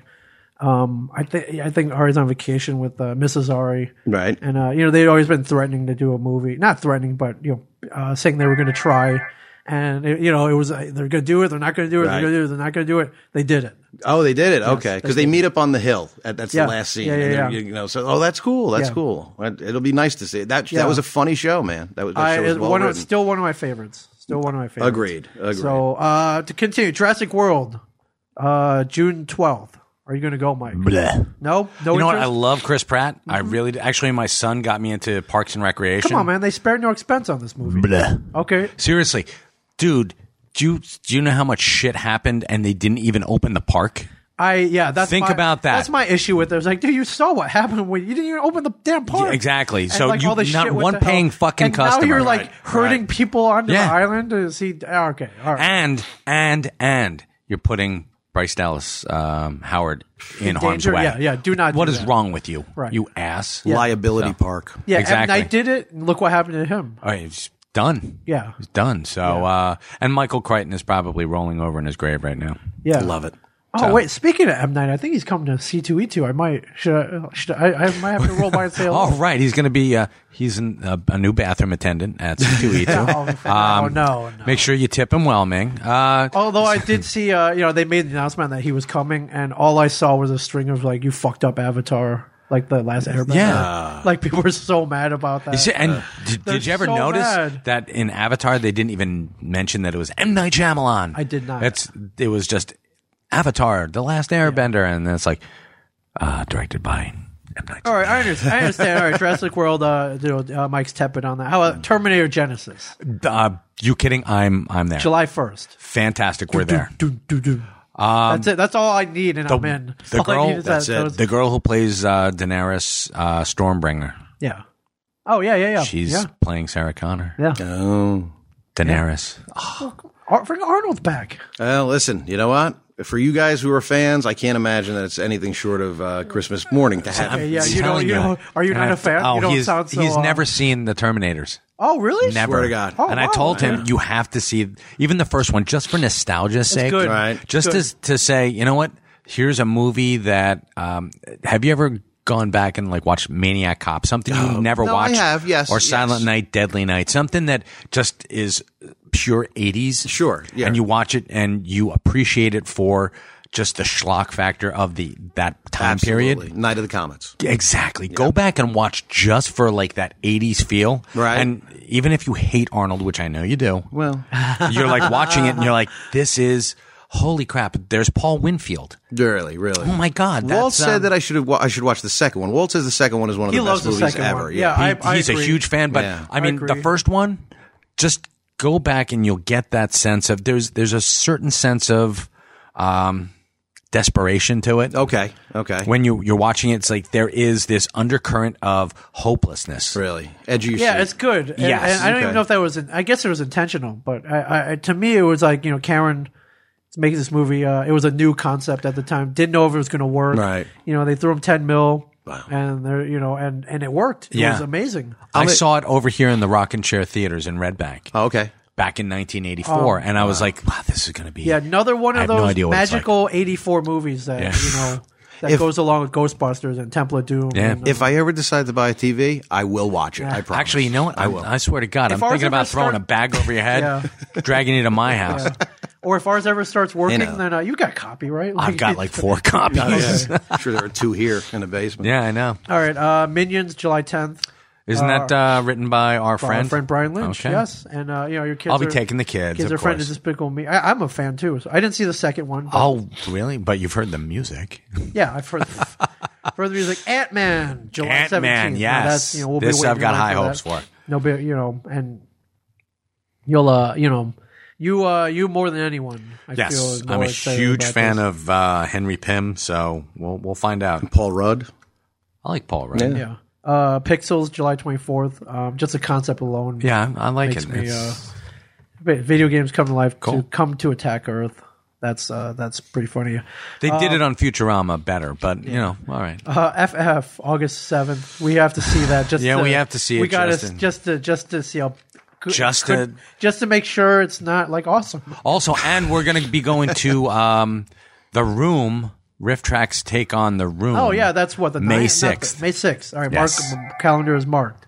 Um, I think I think Ari's on vacation with uh, Mrs. Ari,
Right.
and uh, you know they'd always been threatening to do a movie, not threatening, but you know uh, saying they were going to try, and it, you know it was uh, they're going to do it, they're not going to do it,
Right.
they're going to do it, they're not going to do it. They did it.
Oh, they did it. okay, because they meet up on the hill. At, that's
Yeah.
the last scene.
Yeah, yeah,
and they're-
yeah.
You know, so oh, that's cool. That's
Yeah.
cool. It- It'll be nice to see it. that.
Yeah.
That was a funny show, man. That was, that
I,
show was
it's
well
one of,
written.
still one of my favorites. Still one of my favorites.
Agreed. Agreed.
So uh, to continue, Jurassic World, uh, June twelfth. Are you going to go, Mike? No, no.
Mm. You know what? I
interest?
love Chris Pratt. I really do. Actually, my son got me into Parks and Recreation.
Mm-hmm. Come on, man. They spared no expense on this movie. Okay.
Seriously, dude. Do you, do you know how much shit happened and they didn't even open the park?
I yeah. That's
Think
my-
about that.
That's my issue with it. It's like, dude, you saw what happened when you didn't even open the damn park.
exactly.
And,
So you-
this
not
shit went
one
to hell.
paying fucking
and Now
customer.
you're like
Right,
hurting
right.
people onto
Yeah.
the island to see. ah, Okay. All right.
And and and you're putting Bryce Dallas um, Howard in harm's
danger.
way.
Yeah, yeah, do not
What
do
is
that.
wrong with you?
Right.
You ass.
Liability Park.
yeah.
exactly.
And I did it. And look what happened to him.
All right, it's done.
Yeah.
It's done. So uh, and Michael Crichton is probably rolling over in his grave right now.
Yeah.
Love it.
Oh wait, speaking of M Night, I think he's coming to C two E two. I might should I, should I, I might have to roll by and say hello.
All right, he's going to be uh, he's an, uh, a new bathroom attendant at C2E2.
Oh,
Um,
no, no.
Make sure you tip him well, Ming. Uh,
Although I did see, uh, you know, they made the announcement that he was coming, and all I saw was a string of like, "You fucked up Avatar," like the last Airbender.
Yeah.
like people were so mad about that.
You see- and did,
they're
did you ever
so
notice
bad.
that in Avatar they didn't even mention that it was M Night Shyamalan?
I did not.
That's it was just Avatar, The Last Airbender, and then it's like uh, directed by M Night.
all right, I understand. I understand. All right, Jurassic World. Uh, you know, uh, Mike's tepid on that. How about Terminator Genesis?
Uh, you kidding? I'm I'm there.
July first.
Fantastic, we're there. Um,
that's it. That's all I need, and I'm in.
The
All I need
girl,
is
that's
that-
it.
those-
The girl who plays uh, Daenerys uh, Stormbringer.
yeah. Oh yeah, yeah, yeah.
She's
yeah.
playing Sarah Connor.
Yeah.
Oh.
Daenerys.
Ar- freaking Arnold's back.
Well, listen. You know what? For you guys who are fans, I can't imagine that it's anything short of uh, Christmas morning to have.
I'm
it.
yeah, you don't-
telling
you don't- are you
And
not
I-
a fan?
Oh,
You don't
he's,
sound so,
he's
uh,
never seen the Terminators.
Oh really?
Never.
Swear to God.
Oh,
and I
wow.
told him, you have to see even the first one just for nostalgia's sake.
good.
Right.
Just to, to say, you know what? Here's a movie that, um, have you ever gone back and like watched Maniac Cop? Something you never
No, I
watched.
have, yes,
Or
yes.
Silent Night, Deadly Night. Something that just is pure 80s.
Sure, yeah.
And you watch it and you appreciate it for just the schlock factor of the that time period.
Absolutely. Night of the Comets.
Exactly. Go back and watch just for like that 80s feel.
Right.
And even if you hate Arnold, which I know you do,
Well,
you're like watching it and you're like, this is holy crap. There's Paul Winfield.
really, really.
Oh my God. That's,
Walt said
um,
that I should have. wa- I should watch the second one. Walt says the second one is one of
He
the
loves
best
the
movies
second
ever.
one.
Yeah.
Yeah, I, I
uh, he's
agree.
a huge fan, but
Yeah.
I mean,
I
the
agree.
first one, just go back and you'll get that sense of there's there's a certain sense of um, desperation to it.
Okay. Okay.
When you, you're watching it, it's like there is this undercurrent of hopelessness.
really edge of your
Yeah,
seat.
it's good. And,
Yes.
and I don't
Okay.
even know if that was. In, I guess it was intentional, but I, I, I- to me, it was like you know, Cameron is making this movie. Uh, it was a new concept at the time. Didn't know if it was going to work.
Right.
You know, they threw him ten mil,
Wow.
and they're you know, and and it worked. It
Yeah.
was amazing.
I saw it over here in the Rockin' Chair Theaters in Red Bank
Oh, okay.
back in 1984, and I was like, "Wow, this is going to be
Oh, Yeah, another one
I
of
have no
those
idea what it's
magical '84 movies that
Yeah.
you know that goes along with Ghostbusters and Temple of Doom.
Yeah.
and, uh,
If I ever decide to buy a TV, I will watch it. I promise.
Actually, you know what? I, will. I swear to God, I'm
ours
thinking about
ever
throwing a
start-
bag over your head, dragging you to my house.
or if ours ever starts working,
know.
then uh, you got copyright.
I've got like four copies. yeah.
I'm sure there are two here in the basement.
I know.
All right, uh, Minions, July 10th.
Isn't that uh, written by our
Our
friend?
friend Brian Lynch.
Okay.
Yes, and uh, you know your kids.
I'll be
are-
taking the kids,
Kids
of
are friend
course.
is despicable me. I, I'm a fan too. So I didn't see the second one. but
Oh, really? But you've heard the music.
yeah, I've heard heard the music. Ant Man, July
Ant-Man,
17th. Now,
yes.
that's, you know, we'll be
This I've
waiting
got
around
high
for
hopes
that.
for.
No, but you know, and you'll uh, you know, you uh, you more than anyone. I feel
Yes,
is
I'm
more
a
excited
huge
about
fan
this.
of uh, Henry Pym, so we'll we'll find out.
Paul Rudd.
I like Paul, right? Yeah,
yeah. Uh, Pixels, July 24th. Um, just the concept alone.
I like
Makes
it.
me, uh,
It's-
vi- video games come to life to
Cool.
come to attack Earth. That's uh, that's pretty funny.
They did it on Futurama better, but you know, all right.
Uh, FF August seventh. We have to see that. Just
Yeah,
to,
we have to see
We
it,
gotta
Justin.
just to just to see how good-
Just
good-
to- Oh,
just to make sure it's not like awesome.
Also, and we're going to be going to um, the room Riff Tracks take on the room.
Oh yeah, that's what the
May
ninth- not the-
6th.
May sixth. All right,
Yes.
mark calendar is marked.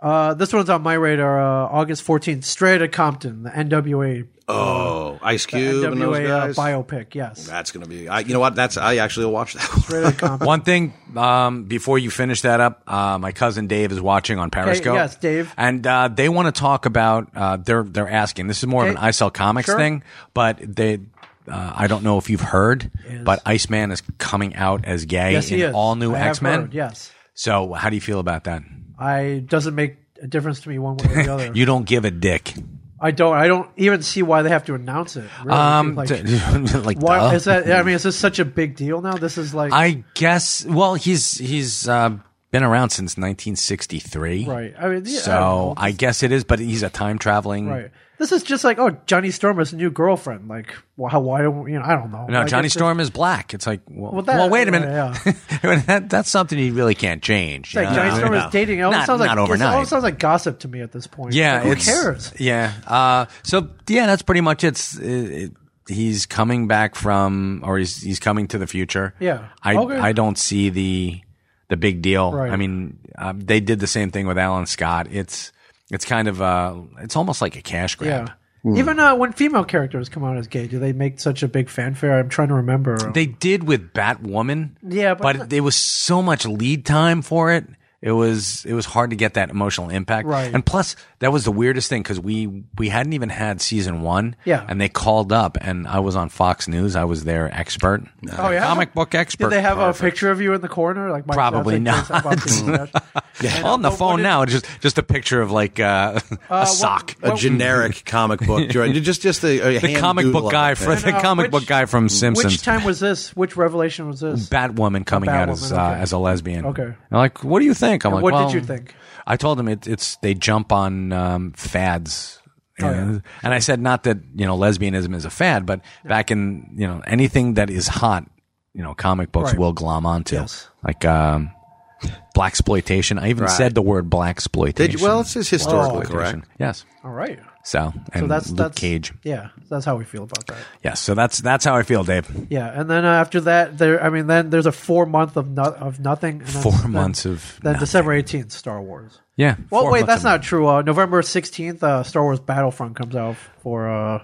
Uh, this one's on my radar. Uh, August fourteenth, straight to Compton, the NWA
Oh, Ice Cube and those
NWA uh,
guys.
biopic. Yes,
That's gonna be. I, you know what? That's I actually will watch that. one.
straight to Compton.
One thing um, before you finish that up, uh, my cousin Dave is watching on Periscope.
yes, Dave.
and uh, they want to talk about. Uh, they're they're asking. This is more of an
Okay.
I sell comics
Sure.
thing, but they. Uh, I don't know if you've heard, but Iceman is coming out as gay
Yes,
in
he is.
all new
I have
X Men.
heard, Yes,
So how do you feel about that?
I doesn't make a difference to me one way or the other.
You don't give a dick.
I don't. I don't even see why they have to announce it. Really.
Um,
like,
t- like
why
duh.
is that? I mean, is this such a big deal now? This is like
I guess. Well, he's he's uh, been around since 1963.
right. I mean, yeah, I don't
So
know.
I guess it is, but he's a time traveling.
Right. This is just like, oh, Johnny Storm has a new girlfriend. Like, why? Why don't you know? I don't know.
No,
Like,
Johnny
it's just-
Storm is black. It's like, well, well,
that-
wait a
yeah,
minute. that, that's something you really can't change. you
Like
know?
Johnny Storm
No.
is dating. It almost
Not-
sounds like
not
it's- it
overnight.
almost sounds like gossip to me at this point.
Yeah,
Like, who
it's-
cares?
Yeah. Uh, so yeah, that's pretty much it. It's- it- it- he's coming back from, or he's he's coming to the future.
Yeah.
I
Okay.
I don't see the the big deal.
Right.
I mean, uh, they did the same thing with Alan Scott. It's it's kind of uh, it's almost like a cash grab.
Yeah. Even uh, when female characters come out as gay, do they make such a big fanfare? I'm trying to remember.
They did with Batwoman.
Yeah, but-
it was so much lead time for it. It was it was hard to get that emotional impact.
Right.
And plus, that was the weirdest thing because we we hadn't even had season one.
Yeah.
And they called up, and I was on Fox News. I was their expert.
Oh, yeah?
Comic book expert.
Did they have
Perfect.
a picture of you in the corner? Like Mike
Probably
Jackson,
not.
Chris Evans,
Yeah. On the
But what
phone
did-
now, it's just just a picture of like uh, a sock.
A generic comic book. Just just the, a
the
hand
comic
doodle
book
of
guy
it.
for the
uh,
comic book
which-
guy from Simpsons.
Which time was this? Which revelation was this?
Batwoman coming out as
Batwoman,
uh,
okay.
as a lesbian.
Okay.
And I'm like, what do you think? I'm like,
what did
"Well,"
you think?
I told him it, it's they jump on um, fads.
Oh, yeah.
And- And I said not that you know lesbianism is a fad, but back in you know anything that is hot, you know comic books
Right.
will glom onto
Yes.
like um, black exploitation. I even said the word black exploitation.
Did you, well, it's just historical, correct?
Yes.
All right.
So and
So that's
Luke
that's
Cage.
Yeah, that's how we feel about that.
Yes. So that's that's how I feel, Dave.
Yeah, and then uh, after that, there. I mean, then there's a four month of no, of nothing. And then-
Four
then-
months of
Then
nothing.
December eighteenth, Star Wars.
Yeah.
Well,
Four
wait, that's
months of-
not true. Uh, November sixteenth, uh, Star Wars Battlefront comes out for uh,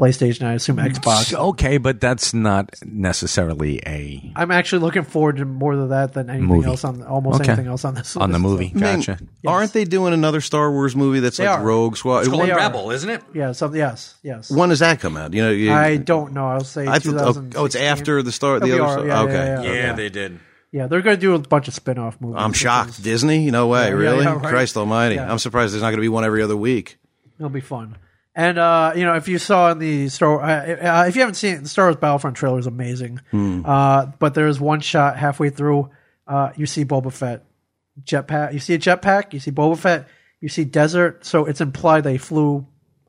PlayStation. I assume Xbox.
Okay, but that's not necessarily a
I'm actually looking forward to more to that than anything
Movie.
else on almost
Okay.
anything else on this
on the
list, so-
movie.
I mean,
Gotcha.
Aren't they doing another Star Wars movie that's
They
like
are.
Rogue Squad?
Called
They
When,
are.
Rebel, isn't it?
Yeah. Some. Yes. Yes.
when does that come out? You know, you,
I don't know. I'll say
I
two
thought-
thousand.
oh, it's after the Star.
It'll
The
be
other.
all-
Star-
yeah,
okay.
yeah, yeah.
they did.
Yeah, they're going to do a bunch of spin off movies.
I'm
which
shocked.
is-
Disney? No way.
yeah,
really?
yeah, right.
Christ Almighty! I'm surprised there's not going to be one every other week.
It'll be fun. And uh, you know, if you saw in the Star, uh, uh, if you haven't seen it, the Star Wars Battlefront trailer is amazing. Uh, but there is one shot halfway through, uh, you see Boba Fett jetpack. You see a jetpack. You see Boba Fett. You see desert. So it's implied they flew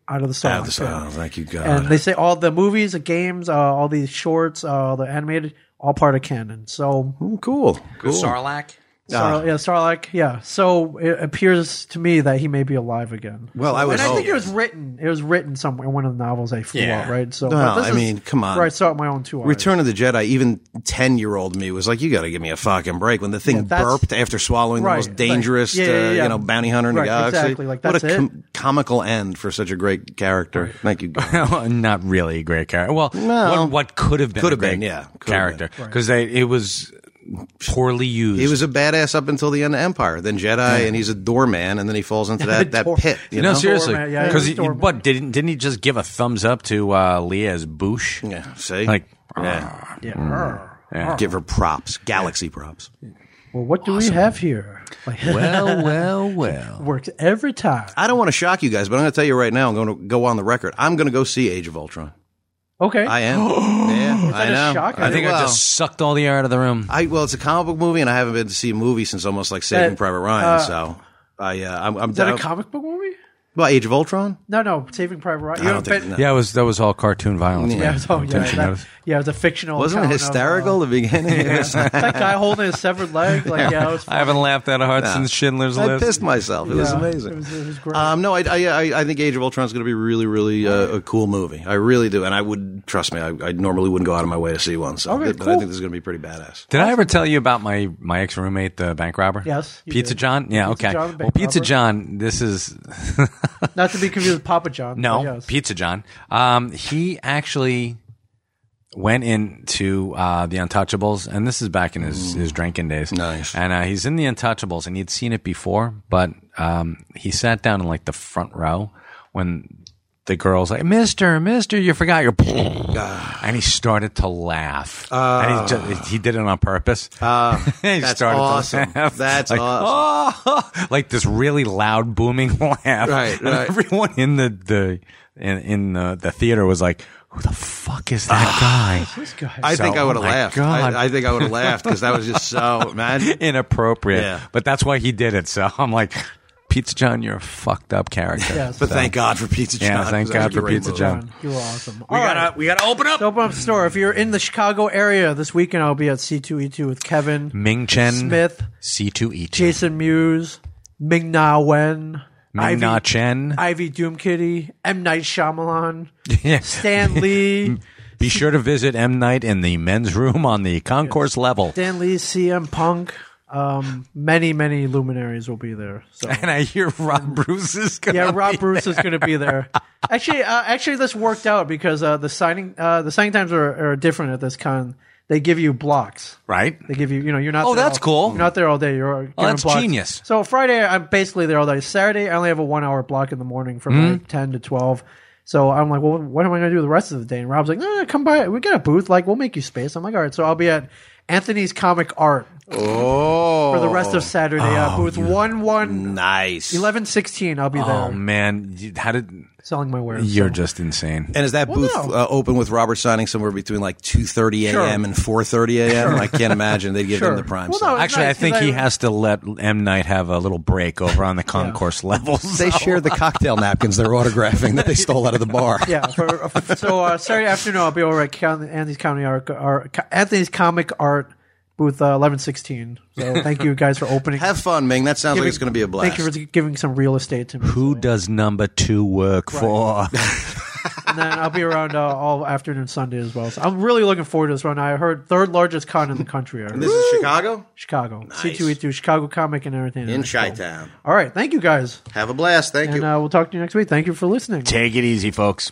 out of the Star.
Oh,
Wars
this-
trailer.
oh, thank you, God.
and they say all the movies, the games, uh, all these shorts, uh, the animated, all part of canon. So
Mm, cool. Cool.
Sarlacc.
Star, yeah, Starlight. Yeah. So it appears to me that he may be alive again.
Well, I would
and I
hope.
think it was written. It was written somewhere in one of the novels I flew
Yeah.
out, right? So,
Well,
but this
I
is
mean, come on.
where I saw it with my own two eyes.
Return of the Jedi, even 10 year old me was like, you got to give me a fucking break. When the thing
that's-
burped after swallowing
Right,
the most
like-
dangerous
yeah, yeah,
Uh,
yeah.
you know, bounty hunter in
Right,
the galaxy.
exactly, like,
what a
that's
comical end for such a great character. Thank you. God.
Not really a great character. Well,
No.
what, what could have been
Could
a
have been,
great
yeah. Could have
character because it was poorly used.
He was a badass up until the end of Empire, then Jedi, and he's a doorman, and then he falls into that, that
Door-
pit. You
no,
know?
seriously,
Doorman, yeah, he
because
was Doorman.
what didn't didn't he just give a thumbs up to uh, Leah as Boosh?
Yeah, see?
Like,
yeah.
ah, yeah.
Mm.
Arr.
give her props, galaxy props.
Well, what do we have here? Like,
well, well, well.
works every time.
I don't want to shock you guys, but I'm going to tell you right now, I'm going to go on the record. I'm going to go see Age of Ultron.
Okay.
I am. yeah, I
a
know.
shock?
I think
well,
I just sucked all the air out of the room.
I well, it's a comic book movie, and I haven't been to see a movie since almost like Saving
That-
Private Ryan.
uh,
so I, uh, I'm, I'm
is that
down.
a comic book movie?
Well, Age of Ultron.
No, no, Saving Private Ryan. You
I
haven't
don't think.
been-
no.
Yeah, it was that was all cartoon violence.
Yeah,
man.
it's- oh, yeah,
Didn't you
that-
notice?
yeah, it was a fictional.
Wasn't it
account of,
hysterical the beginning? It was-
uh, that guy holding his severed leg. Like, yeah, it was.
I haven't laughed that hard since Schindler's
I
List.
pissed myself. It was
yeah,
amazing.
It was, it was great.
Um, no, I, I, I- I think Age of Ultron is going to be really, really uh, a cool movie. I really do, and I would trust me. I, I normally wouldn't go out of my way to see one, so
Okay,
but
cool.
I think this is going to be pretty badass.
Did I ever tell you about my my ex roommate, the bank robber?
Yes, you
Pizza
did.
John. Yeah,
Pizza
okay.
John, the bank
well, Pizza
robber.
John. This is
Not to be confused with Papa John.
no
but yes.
Pizza John. Um, he actually went into uh, the Untouchables, and this is back in his his drinking days.
Mm. Nice.
And uh, he's in the Untouchables, and he'd seen it before, but um, he sat down in like the front row when the girl's like, "Mister, Mister, you forgot your,"
Ah.
and he started to laugh, and he, just, he did it on purpose. He
Ah. That's
started to
awesome.
laugh.
That's
like,
awesome.
"Oh!" like this really loud booming laugh.
Right,
And
right.
everyone in the the in, in the, the theater was like, "Who the fuck is that
Ah.
guy?"
This guy.
I think
So-
I would
oh
have
my
laughed.
God.
I, I think I would have laughed because that was just so imagine.
Inappropriate.
Yeah.
But that's why he did it. So I'm like, Pizza John, you're a fucked up character.
Yes.
But thank God for Pizza John.
Yeah,
'cause
thank
that was
God
a
for
great
Pizza
movie.
John.
You're awesome.
We
All
gotta
right.
we gotta open up.
So open up the store. If you're in the Chicago area this weekend, I'll be at C2E2 with Kevin
Ming Chen E
Smith,
C2E2.
Jason Mewes, Ming Na Wen,
Ming Na
Ivy,
Chen.
Ivy Doom Kitty, M Night Shyamalan,
Yes.
Stan Lee,
Be sure to visit M Night in the men's room on the concourse level.
Stan Lee, CM Punk. Um, many many luminaries will be there. So
And I hear Rob Bruce is gonna
yeah, Rob
be-
Bruce is going to be there. Actually, uh, actually, this worked out because uh, the signing uh, the signing times are, are different at this con. They give you blocks.
right?
They give you, you know, you're not.
Oh,
there
that's
all-
cool. Oh,
You're not there all day. You're given
that's
blocks.
genius.
So Friday, I'm basically there all day. Saturday, I only have a one hour block in the morning from
Hmm.
like ten to twelve. So I'm like, well, what am I going to do the rest of the day? And Rob's like, no, no, come by. We got a booth. Like, we'll make you space. I'm like, all right. So I'll be at Anthony's Comic Art
Oh,
for the
Oh.
rest of Saturday. uh, booth one one
nice.
eleven sixteen. I'll be there
Oh man, You- how did
selling my wares.
you're just insane?
And is that booth
no.
uh, open with Robert signing somewhere between like two thirty a.m.
Sure.
and four thirty a.m.? I can't imagine they'd give
Sure.
him the prime.
Well, no, Oh,
slot.
it's
Actually, I
nice 'cause
think he has to let M Knight have a little break over on the concourse levels.
They shared the cocktail napkins they're autographing that they stole out of the bar.
Yeah. For, for- so uh, Saturday afternoon, I'll be over at Con- Anthony's Comic Art, Art- Anthony's Comic Art booth uh, eleven sixteen. So thank you guys for opening.
Have fun, Ming. That sounds like
giving-
it's going to be a blast.
Thank you for giving some real estate to me.
Who does number two work for?
and then I'll be around uh, all afternoon Sunday as well. So I'm really looking forward to this one. I heard third largest con in the country. I heard.
this is Chicago
Chicago. C2E2, Chicago Comic and everything.
in Chi-Town.
All right. Thank you guys.
Have a blast. Thank
And
you.
uh, we'll talk to you next week. Thank you for listening.
Take it easy, folks.